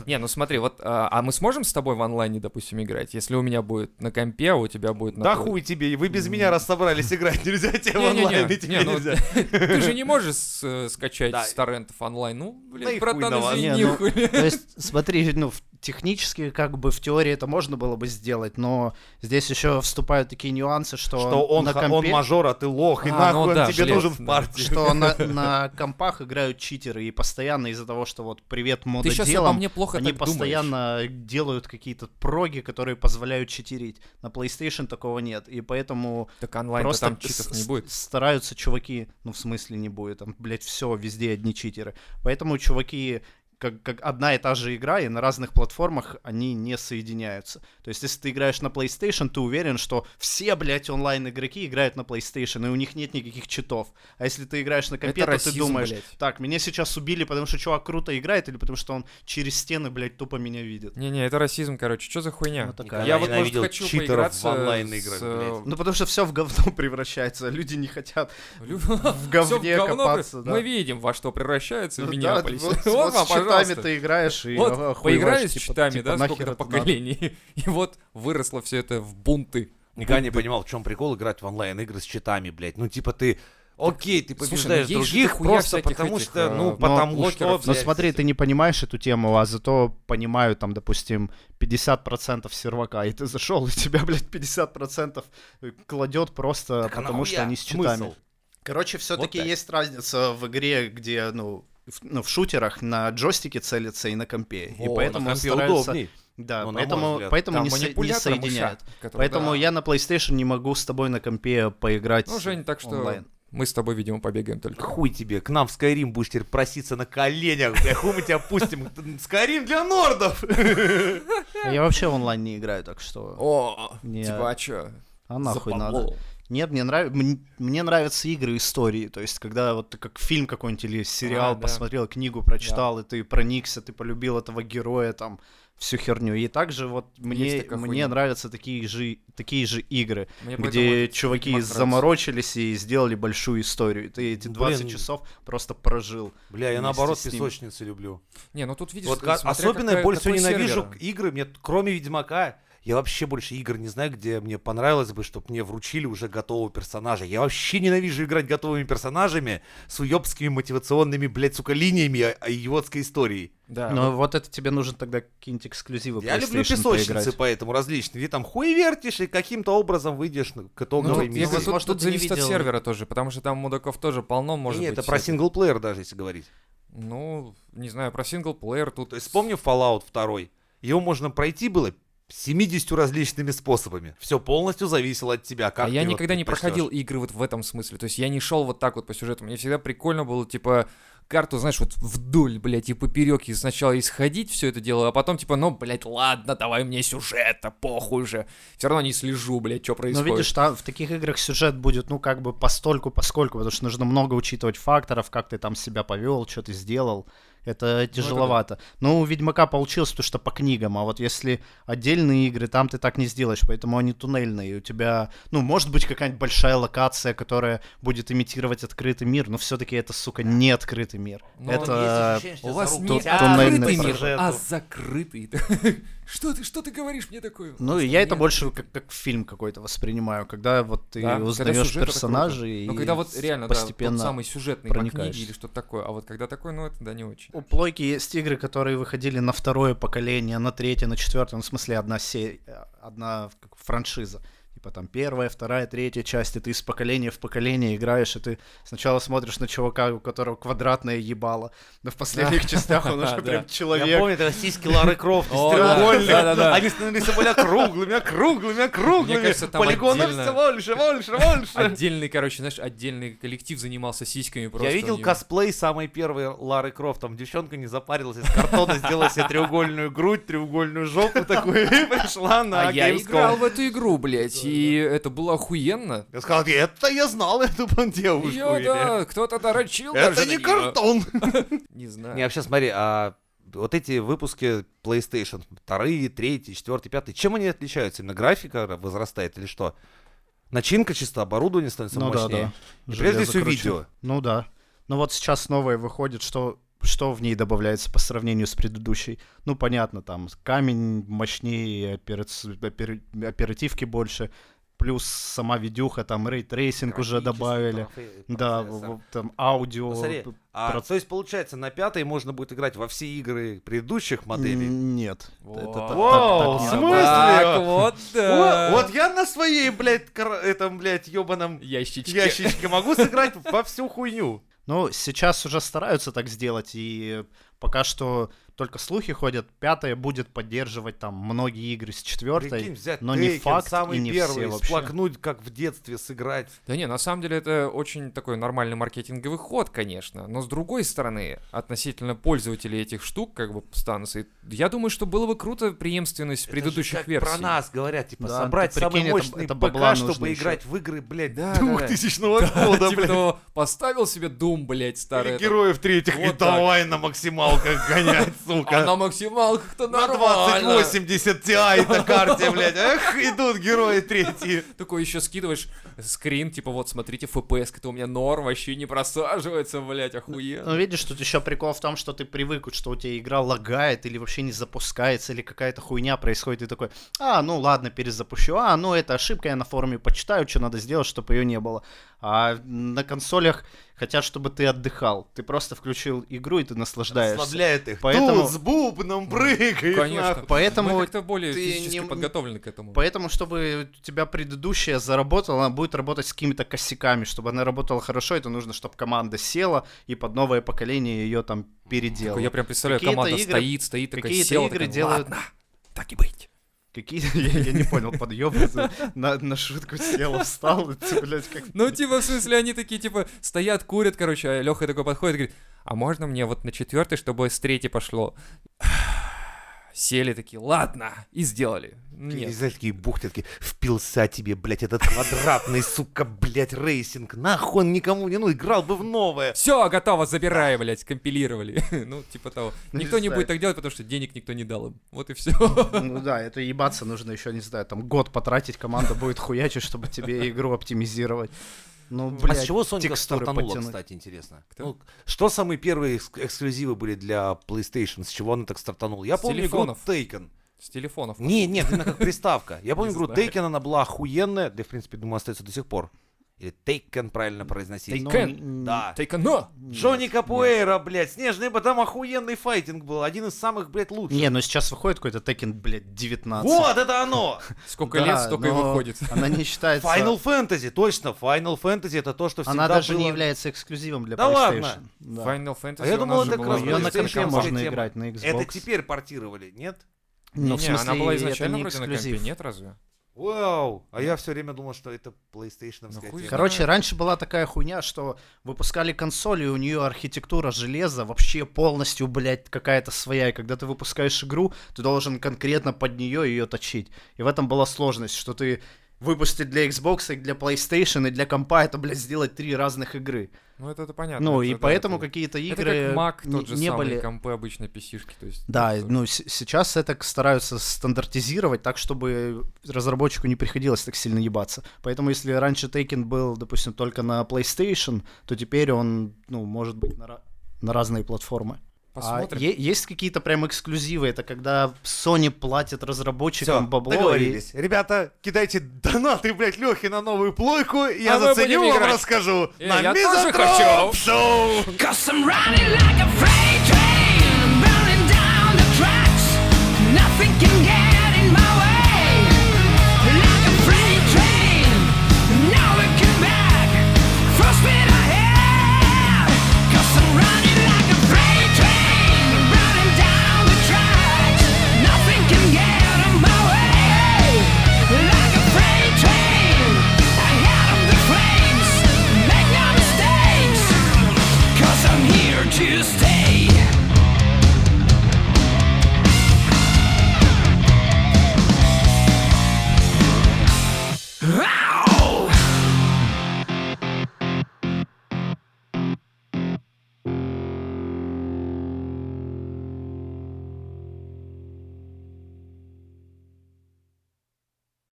Speaker 1: Не, ну смотри, вот, а а мы сможем с тобой в онлайне, допустим, играть? Если у меня будет на компе, а у тебя будет на...
Speaker 4: Да
Speaker 1: пл-
Speaker 4: хуй тебе, вы без меня раз собрались играть, нельзя тебе в
Speaker 1: Не-не-не,
Speaker 4: онлайн, и
Speaker 1: не,
Speaker 4: тебе
Speaker 1: ну,
Speaker 4: нельзя.
Speaker 1: Ты же не можешь э, скачать
Speaker 4: Да.
Speaker 1: с торрентов онлайн. Ну,
Speaker 4: Да и
Speaker 1: блин,
Speaker 4: хуй на
Speaker 1: братан,
Speaker 4: вас.
Speaker 1: извини,
Speaker 5: Не, ну,
Speaker 1: хули.
Speaker 5: То есть, смотри, ну, в- технически, как бы в теории это можно было бы сделать, но здесь еще вступают такие нюансы, что,
Speaker 4: Что он,
Speaker 5: на
Speaker 4: ха- он
Speaker 5: компе-
Speaker 4: мажор, а ты лох, и
Speaker 1: А,
Speaker 4: нахуй
Speaker 1: ну
Speaker 4: он
Speaker 1: да,
Speaker 4: тебе
Speaker 1: жлец,
Speaker 4: нужен в
Speaker 1: да.
Speaker 4: партии.
Speaker 5: что на, на компах играют читеры, и постоянно из-за того, что вот привет
Speaker 1: Ты
Speaker 5: мода
Speaker 1: сейчас обо
Speaker 5: ну, делом,
Speaker 1: мне плохо
Speaker 5: они
Speaker 1: так думаешь.
Speaker 5: постоянно делают какие-то проги, которые позволяют читерить. На PlayStation такого нет, и поэтому
Speaker 1: Так онлайн
Speaker 5: просто
Speaker 1: там читов не
Speaker 5: с-
Speaker 1: будет.
Speaker 5: стараются чуваки, ну в смысле не будет, там, блядь, все, везде одни читеры. Поэтому чуваки, как, как одна и та же игра, и на разных платформах они не соединяются. То есть, если ты играешь на PlayStation, ты уверен, что все, блядь, онлайн-игроки играют на PlayStation, и у них нет никаких читов. А если ты играешь на компе,
Speaker 1: Это
Speaker 5: то
Speaker 1: расизм,
Speaker 5: ты думаешь,
Speaker 1: блядь.
Speaker 5: так, меня сейчас убили, потому что чувак круто играет, или потому что он через стены, блядь, тупо меня видит.
Speaker 1: Не-не, это расизм, короче. Что за хуйня?
Speaker 5: Вот такая.
Speaker 1: Я
Speaker 5: Я
Speaker 1: вот, может,
Speaker 4: ненавидел
Speaker 1: хочу
Speaker 4: читеров
Speaker 1: поиграться
Speaker 4: в онлайн-играх,
Speaker 1: с, э,
Speaker 4: блядь.
Speaker 5: Ну, потому что все в говно превращается, люди не хотят.
Speaker 1: Лю-
Speaker 5: В
Speaker 1: Всё в
Speaker 5: говне
Speaker 1: говно,
Speaker 5: копаться, да.
Speaker 1: Мы видим, во что превращается
Speaker 5: Ну да,
Speaker 1: Миннеаполис.
Speaker 5: вот-
Speaker 1: Вот
Speaker 5: вот
Speaker 1: вам,
Speaker 5: с читами
Speaker 1: пожалуйста.
Speaker 5: ты играешь и
Speaker 1: Вот,
Speaker 5: охуеваешь,
Speaker 1: поиграли с
Speaker 5: типа-
Speaker 1: читами,
Speaker 5: типа,
Speaker 1: да,
Speaker 5: нахер
Speaker 1: сколько-то
Speaker 5: это надо?
Speaker 1: поколений. И вот выросло все это в бунты.
Speaker 4: Никогда не понимал, в чем прикол играть в онлайн-игры с читами, блядь. Ну, типа ты... Окей, ты
Speaker 1: Слушай, ну
Speaker 4: побеждаешь
Speaker 1: есть же
Speaker 4: других
Speaker 1: дохуя
Speaker 4: просто
Speaker 1: всяких
Speaker 4: потому
Speaker 1: этих,
Speaker 4: что,
Speaker 1: а,
Speaker 4: ну,
Speaker 1: но
Speaker 4: потому что...
Speaker 1: блокеров,
Speaker 5: э, Ну
Speaker 1: блядь,
Speaker 5: смотри, ты не понимаешь эту тему, а зато понимаю там, допустим, 50% сервака, и ты зашел, и тебя, блядь, 50% кладет просто
Speaker 4: Так а
Speaker 5: потому, что
Speaker 4: нахуя?
Speaker 5: они с читами.
Speaker 4: Смысл?
Speaker 5: Короче, все-таки
Speaker 4: Вот так.
Speaker 5: есть разница в игре, где, ну, в, ну, в шутерах на джойстике целится и на компе.
Speaker 4: О,
Speaker 5: и
Speaker 4: на
Speaker 5: поэтому
Speaker 4: компе
Speaker 5: стараются...
Speaker 4: удобней.
Speaker 5: Да,
Speaker 4: Ну, на мой
Speaker 5: поэтому,
Speaker 4: взгляд.
Speaker 5: поэтому
Speaker 1: Там
Speaker 5: не, со- не
Speaker 1: манипулятор, мышак,
Speaker 5: соединяют.
Speaker 1: который-
Speaker 5: Поэтому
Speaker 1: да.
Speaker 5: я на PlayStation не могу с тобой на компе поиграть
Speaker 1: Ну, Жень, так что
Speaker 5: онлайн.
Speaker 1: мы с тобой, видимо, побегаем только.
Speaker 4: Хуй тебе, к нам в Skyrim будешь теперь проситься на коленях, бля, хуй мы тебя пустим. Skyrim для нордов!
Speaker 5: А Я вообще в онлайн не играю, так что...
Speaker 1: О,
Speaker 5: Не,
Speaker 1: типа, а чё?
Speaker 5: А нахуй надо?
Speaker 1: Запомол.
Speaker 5: Нет, мне, нрав... мн- мне нравятся игры истории. То есть, когда вот ты как фильм какой-нибудь или сериал
Speaker 1: А, да.
Speaker 5: посмотрел, книгу прочитал, и ты проникся, ты полюбил этого героя, там, всю херню. И также вот мне,
Speaker 1: такая
Speaker 5: мне
Speaker 1: хуйня.
Speaker 5: нравятся такие же, такие же игры,
Speaker 1: Мне поэтому
Speaker 5: где
Speaker 1: этот
Speaker 5: чуваки
Speaker 1: Ведьмак нравится.
Speaker 5: заморочились и сделали большую историю. И ты эти 20
Speaker 4: Блин.
Speaker 5: часов просто прожил.
Speaker 4: Бля, я
Speaker 5: Вместе
Speaker 4: наоборот
Speaker 5: с ним.
Speaker 4: песочницы люблю.
Speaker 1: Не, ну тут видишь,
Speaker 4: Вот
Speaker 1: смотря
Speaker 4: ка-
Speaker 5: а
Speaker 4: особенно я
Speaker 1: какая-
Speaker 4: больше всего
Speaker 1: какой
Speaker 4: ненавижу
Speaker 1: сервер.
Speaker 4: к- игры, мне, т- кроме Ведьмака, я вообще больше игр не знаю, где мне понравилось бы, чтобы мне вручили уже готового персонажа. Я вообще ненавижу играть готовыми персонажами с уебскими мотивационными, блядь, сука, линиями а- а идиотской истории.
Speaker 1: Да, Ну,
Speaker 5: Но вот это тебе нужен тогда какие-нибудь эксклюзивы
Speaker 4: А, я люблю
Speaker 5: Ну, PlayStation
Speaker 4: песочницы,
Speaker 5: поиграть.
Speaker 4: поэтому различные. Ты там хуй вертишь и каким-то образом выйдешь ну, к
Speaker 1: Ну, тут,
Speaker 4: итоговой
Speaker 1: я
Speaker 4: миссии.
Speaker 1: говорю, тут-
Speaker 5: Возможно,
Speaker 1: тут
Speaker 5: ты не
Speaker 1: зависит от
Speaker 5: видел.
Speaker 1: сервера тоже, потому что там мудаков тоже полно, может
Speaker 4: Не,
Speaker 1: быть.
Speaker 4: это про
Speaker 1: всяких.
Speaker 4: синглплеер даже, если говорить.
Speaker 1: Ну, не знаю, про синглплеер тут... А
Speaker 4: То есть вспомни Fallout 2. Его можно пройти было 70 различными способами. Все полностью зависело от тебя. Как
Speaker 1: а
Speaker 4: ты
Speaker 1: я
Speaker 4: его
Speaker 1: никогда не
Speaker 4: предпочтёшь.
Speaker 1: проходил игры вот в этом смысле. То есть я не шел вот так вот по сюжету. Мне всегда прикольно было, типа, карту, знаешь, вот вдоль, блядь, и поперек, и сначала исходить все это дело, а потом, типа, ну, блядь, ладно, давай мне сюжета, похуй же. Все равно не слежу, блядь, что
Speaker 5: Ну,
Speaker 1: происходит.
Speaker 5: видишь, там в таких играх сюжет будет, ну, как бы постольку, поскольку, потому что нужно много учитывать факторов, как ты там себя повел, что ты сделал.
Speaker 4: Ну,
Speaker 5: Это тяжеловато. Ну, у Ведьмака получилось, потому что по книгам, а вот если отдельные игры, там ты так не сделаешь, поэтому они туннельные. и У тебя, ну, может быть, какая-нибудь большая локация, которая будет имитировать открытый мир, но все-таки это, сука, не открытый мир.
Speaker 4: Ну,
Speaker 1: Но
Speaker 5: это...
Speaker 1: У вас не
Speaker 5: ту- туннельный
Speaker 1: открытый мир,
Speaker 4: сюжету.
Speaker 1: а закрытый. Что ты, что ты говоришь мне такое?
Speaker 5: Ну, и я это больше как, как фильм какой-то воспринимаю, когда вот ты
Speaker 1: Да, когда
Speaker 5: узнаешь
Speaker 1: сюжет это
Speaker 5: персонажей
Speaker 1: круто. Ну,
Speaker 5: и
Speaker 1: когда вот реально,
Speaker 5: постепенно
Speaker 1: да, тот самый сюжетный по
Speaker 5: проникаешься.
Speaker 1: книге или что-то такое. А вот когда такое, ну, это, да, не очень.
Speaker 5: У Плойки есть игры, которые выходили на второе поколение, на третье, на четвертое, ну, в смысле, одна серия, одна как франшиза. Типа там первая, вторая, третья часть, и ты из поколения в поколение играешь, и ты сначала смотришь на чувака, у которого квадратное ебало, но в последних частях он уже
Speaker 1: Да.
Speaker 5: прям
Speaker 4: Я
Speaker 5: человек.
Speaker 4: помню, это сиськи Лары Крофт из
Speaker 1: О, да.
Speaker 4: треугольника.
Speaker 1: Да-да-да.
Speaker 4: Они становились более круглыми, округлыми, округлыми.
Speaker 1: Мне кажется, там
Speaker 4: Полигонов
Speaker 1: отдельно-
Speaker 4: все больше, больше, больше.
Speaker 1: Отдельный, короче, знаешь, отдельный коллектив занимался сиськами просто.
Speaker 4: Я
Speaker 1: у
Speaker 4: видел
Speaker 1: него.
Speaker 4: косплей самой первой Лары Крофт. Там девчонка не запарилась из картона, сделала себе треугольную грудь, треугольную жопу такую и пришла на
Speaker 1: А я
Speaker 4: Gamescom.
Speaker 1: играл в эту игру, блядь, и это было охуенно.
Speaker 4: Я сказал, это я знал эту бан- девушку.
Speaker 1: Её,
Speaker 4: или-
Speaker 1: да, кто-то дорочил ну, даже
Speaker 4: Это
Speaker 1: на
Speaker 4: не
Speaker 1: неё.
Speaker 4: картон.
Speaker 1: Не
Speaker 4: Не,
Speaker 1: знаю.
Speaker 4: вообще смотри, а вот эти выпуски PlayStation, вторые, третий, четвертый, пятый, чем они отличаются? Именно графика возрастает или что? Начинка чисто, оборудование становится
Speaker 5: Ну да,
Speaker 4: мощнее.
Speaker 5: да.
Speaker 4: И прежде
Speaker 5: Железо
Speaker 4: всего
Speaker 5: круче.
Speaker 4: видео.
Speaker 5: Ну да. Ну вот сейчас новое выходит, что что в ней добавляется по сравнению с предыдущей? Ну, понятно, там камень мощнее, операц- опер- оперативки больше, плюс сама видюха, там рейтрейсинг уже добавили.
Speaker 4: э,
Speaker 5: Да, в- в- там аудио.
Speaker 4: Ну, смотри,
Speaker 5: п-
Speaker 4: а,
Speaker 5: проц-
Speaker 4: То есть, получается, на пятой можно будет играть во все игры предыдущих моделей.
Speaker 5: М, Нет. Это та- та-
Speaker 4: Вау,
Speaker 5: так не
Speaker 4: в
Speaker 5: работает.
Speaker 4: смысле?
Speaker 1: А Так, вот да.
Speaker 4: О, Вот я на своей, блядь, кар- этом, блядь, ебаном
Speaker 1: Ящички.
Speaker 4: ящичке могу сыграть во всю хуйню.
Speaker 5: Ну, сейчас уже стараются так сделать, и пока что только слухи ходят. Пятая будет поддерживать там многие игры с
Speaker 4: Прикинь,
Speaker 5: четвертой,
Speaker 4: взять
Speaker 5: но не
Speaker 4: Тейкен,
Speaker 5: факт
Speaker 4: самый
Speaker 5: и не
Speaker 4: первый,
Speaker 5: все вообще.
Speaker 4: сплакнуть, как в детстве сыграть.
Speaker 1: Да не, на самом деле это очень такой нормальный маркетинговый ход, конечно. Но с другой стороны, относительно пользователей этих штук, как бы станций, я думаю, что было бы круто преемственность
Speaker 4: Это же
Speaker 1: предыдущих
Speaker 4: как
Speaker 1: версий.
Speaker 4: Про нас говорят, типа,
Speaker 5: Да,
Speaker 4: собрать
Speaker 5: ты
Speaker 4: самый
Speaker 5: прикинь, это-
Speaker 4: мощный
Speaker 5: это бабла
Speaker 4: ПК,
Speaker 5: нужно
Speaker 4: чтобы
Speaker 5: ещё.
Speaker 4: играть в игры, блядь,
Speaker 1: Да, да, да.
Speaker 4: 2000 года,
Speaker 1: типа
Speaker 4: блядь.
Speaker 1: того, поставил себе Doom, блядь, старый.
Speaker 4: Или
Speaker 1: этот,
Speaker 4: героев третьих,
Speaker 1: Вот
Speaker 4: и
Speaker 1: так.
Speaker 4: давай на максималках гонять,
Speaker 1: А на
Speaker 4: сука.
Speaker 1: максималках-то
Speaker 4: На
Speaker 1: нормально.
Speaker 4: 2080 Ti на карте, блядь. Эх, идут герои третьи.
Speaker 1: Такой еще скидываешь скрин, типа, вот, смотрите, FPS, это у меня норм, вообще не просаживается, блядь, охуенно.
Speaker 5: Ну, видишь, тут еще прикол в том, что ты привык, что у тебя игра лагает или вообще не запускается, или какая-то хуйня происходит, и ты такой, а, ну ладно, перезапущу, а, ну это ошибка, я на форуме почитаю, что надо сделать, чтобы ее не было. А на консолях хотят, чтобы ты отдыхал, ты просто включил игру, и ты наслаждаешься.
Speaker 4: Ослабляет их.
Speaker 5: Поэтому-
Speaker 4: Тут с бубном прыгает.
Speaker 1: Конечно.
Speaker 4: нахуй.
Speaker 5: Поэтому
Speaker 1: Мы как-то более
Speaker 5: ты
Speaker 1: физически
Speaker 5: не-
Speaker 1: подготовлены к этому.
Speaker 5: Поэтому, чтобы у тебя предыдущая заработала, она будет работать с какими-то косяками. Чтобы она работала хорошо, это нужно, чтобы команда села и под новое поколение ее там переделала.
Speaker 1: Такой, Я прям представляю,
Speaker 5: Какие-то
Speaker 1: команда
Speaker 5: игры-
Speaker 1: стоит, стоит, такая
Speaker 5: какие-то
Speaker 1: села,
Speaker 5: игры
Speaker 1: такая,
Speaker 5: делают-
Speaker 1: ладно, так и быть.
Speaker 5: Какие? Я, я не понял, подъем на, на шутку села, встал, и ты, блядь, как...
Speaker 1: Ну, типа, в смысле, они такие, типа, стоят, курят, короче, а Леха такой подходит и говорит, а можно мне вот на четвертый, чтобы с третьей пошло? Сели такие, ладно, и сделали.
Speaker 4: И
Speaker 1: Нет.
Speaker 4: знаешь, такие бухты, такие, впился тебе, блядь, этот квадратный, сука, блядь, рейсинг. Нахуй он никому не, ну, играл бы в новое.
Speaker 1: Все, готово, забирай, блядь, компилировали. ну, типа того.
Speaker 5: Ну, не
Speaker 1: Никто не
Speaker 5: знаю.
Speaker 1: будет так делать, потому что денег никто не дал им. Вот и все.
Speaker 5: Ну да, это ебаться нужно еще, не знаю, там год потратить, команда будет хуячить, чтобы тебе игру оптимизировать. Ну,
Speaker 4: А
Speaker 5: блядь,
Speaker 4: с чего Сонька
Speaker 5: текстуры
Speaker 4: стартанула,
Speaker 5: потянуть.
Speaker 4: кстати, интересно?
Speaker 1: Кто?
Speaker 4: Ну, что самые первые экск- эксклюзивы были для PlayStation? С чего она так стартанула? Я
Speaker 1: С
Speaker 4: помню
Speaker 1: телефонов.
Speaker 4: игру Taken.
Speaker 1: С телефонов.
Speaker 4: Не, нет, именно как приставка. Я помню
Speaker 1: Не
Speaker 4: игру
Speaker 1: знаю.
Speaker 4: Taken, она была охуенная, да, и, в принципе, думаю, остается до сих пор. Или Taken правильно произносить.
Speaker 5: Ну,
Speaker 1: Кен.
Speaker 5: м,
Speaker 4: Да.
Speaker 1: Тайка, но!
Speaker 4: Джонни Капуэйра, блядь, снежный, там охуенный файтинг был, один из самых, блядь, лучших.
Speaker 5: Не, ну сейчас выходит какой-то Tekken, блядь, Ну, 19.
Speaker 4: Вот это оно!
Speaker 1: Сколько
Speaker 5: Да,
Speaker 1: лет, столько и
Speaker 5: но
Speaker 1: выходит.
Speaker 5: Она не считается...
Speaker 4: Final Fantasy, точно, Final Fantasy это то, что всегда
Speaker 5: Она даже
Speaker 4: было-
Speaker 5: не является эксклюзивом для
Speaker 4: Да
Speaker 5: PlayStation.
Speaker 4: ладно?
Speaker 5: Да.
Speaker 1: Final Fantasy
Speaker 4: А я
Speaker 1: у
Speaker 4: думал,
Speaker 1: нас же
Speaker 4: это как
Speaker 1: была
Speaker 4: раз
Speaker 5: Ну, ее
Speaker 1: на
Speaker 5: на
Speaker 4: PlayStation
Speaker 5: компе
Speaker 1: PlayStation.
Speaker 5: можно
Speaker 4: тема.
Speaker 5: играть, на Xbox.
Speaker 4: Это теперь портировали, нет?
Speaker 5: Ну, в
Speaker 1: Не,
Speaker 5: смысле,
Speaker 1: она была
Speaker 5: это
Speaker 1: изначально
Speaker 5: не
Speaker 1: вроде на компе,
Speaker 5: эксклюзив.
Speaker 1: нет разве?
Speaker 4: Вау! А я все время думал, что это PlayStation.
Speaker 1: Ну, хуй знает.
Speaker 5: Короче, раньше была такая хуйня, что выпускали консоли, и у нее архитектура железа вообще полностью, блядь, какая-то своя. И когда ты выпускаешь игру, ты должен конкретно под нее ее точить. И в этом была сложность, что ты выпустить для Xbox и для PlayStation и для компа это, блядь, сделать три разных игры.
Speaker 1: Ну, это, это понятно.
Speaker 5: ну,
Speaker 1: это
Speaker 5: и
Speaker 1: да,
Speaker 5: поэтому
Speaker 1: это-
Speaker 5: какие-то
Speaker 1: Это
Speaker 5: игры
Speaker 1: как Mac,
Speaker 5: не,
Speaker 1: тот же
Speaker 5: не
Speaker 1: самый,
Speaker 5: были...
Speaker 1: компы обычно, писишки, то есть...
Speaker 5: Да,
Speaker 1: это-
Speaker 5: ну с- сейчас это к- стараются стандартизировать так, чтобы разработчику не приходилось так сильно ебаться. Поэтому если раньше Taken был, допустим, только на PlayStation, то теперь он, ну, может быть на, ра- на разные платформы. А
Speaker 1: Посмотрим.
Speaker 5: е- есть какие-то прям эксклюзивы, это когда Sony платит разработчикам
Speaker 4: Все,
Speaker 5: бабло. и-
Speaker 4: договорились. Ребята, кидайте донаты, блядь, Лехе на новую плойку, и я
Speaker 1: А мы
Speaker 4: заценю,
Speaker 1: будем
Speaker 4: вам
Speaker 1: играть.
Speaker 4: расскажу.
Speaker 1: Э,
Speaker 4: на
Speaker 1: я тоже
Speaker 4: Мизантроп
Speaker 1: хочу.
Speaker 4: Шоу!
Speaker 3: Cause I'm running like a freight train, burning down the tracks. Nothing can get in my way. Like a freight train, no looking back. Full speed ahead. Cause I'm running like a freight train, burning down the tracks. Nothing can get in my way. Like a freight train, ahead of the flames. Make no mistakes. Cause I'm here to stay. Ah!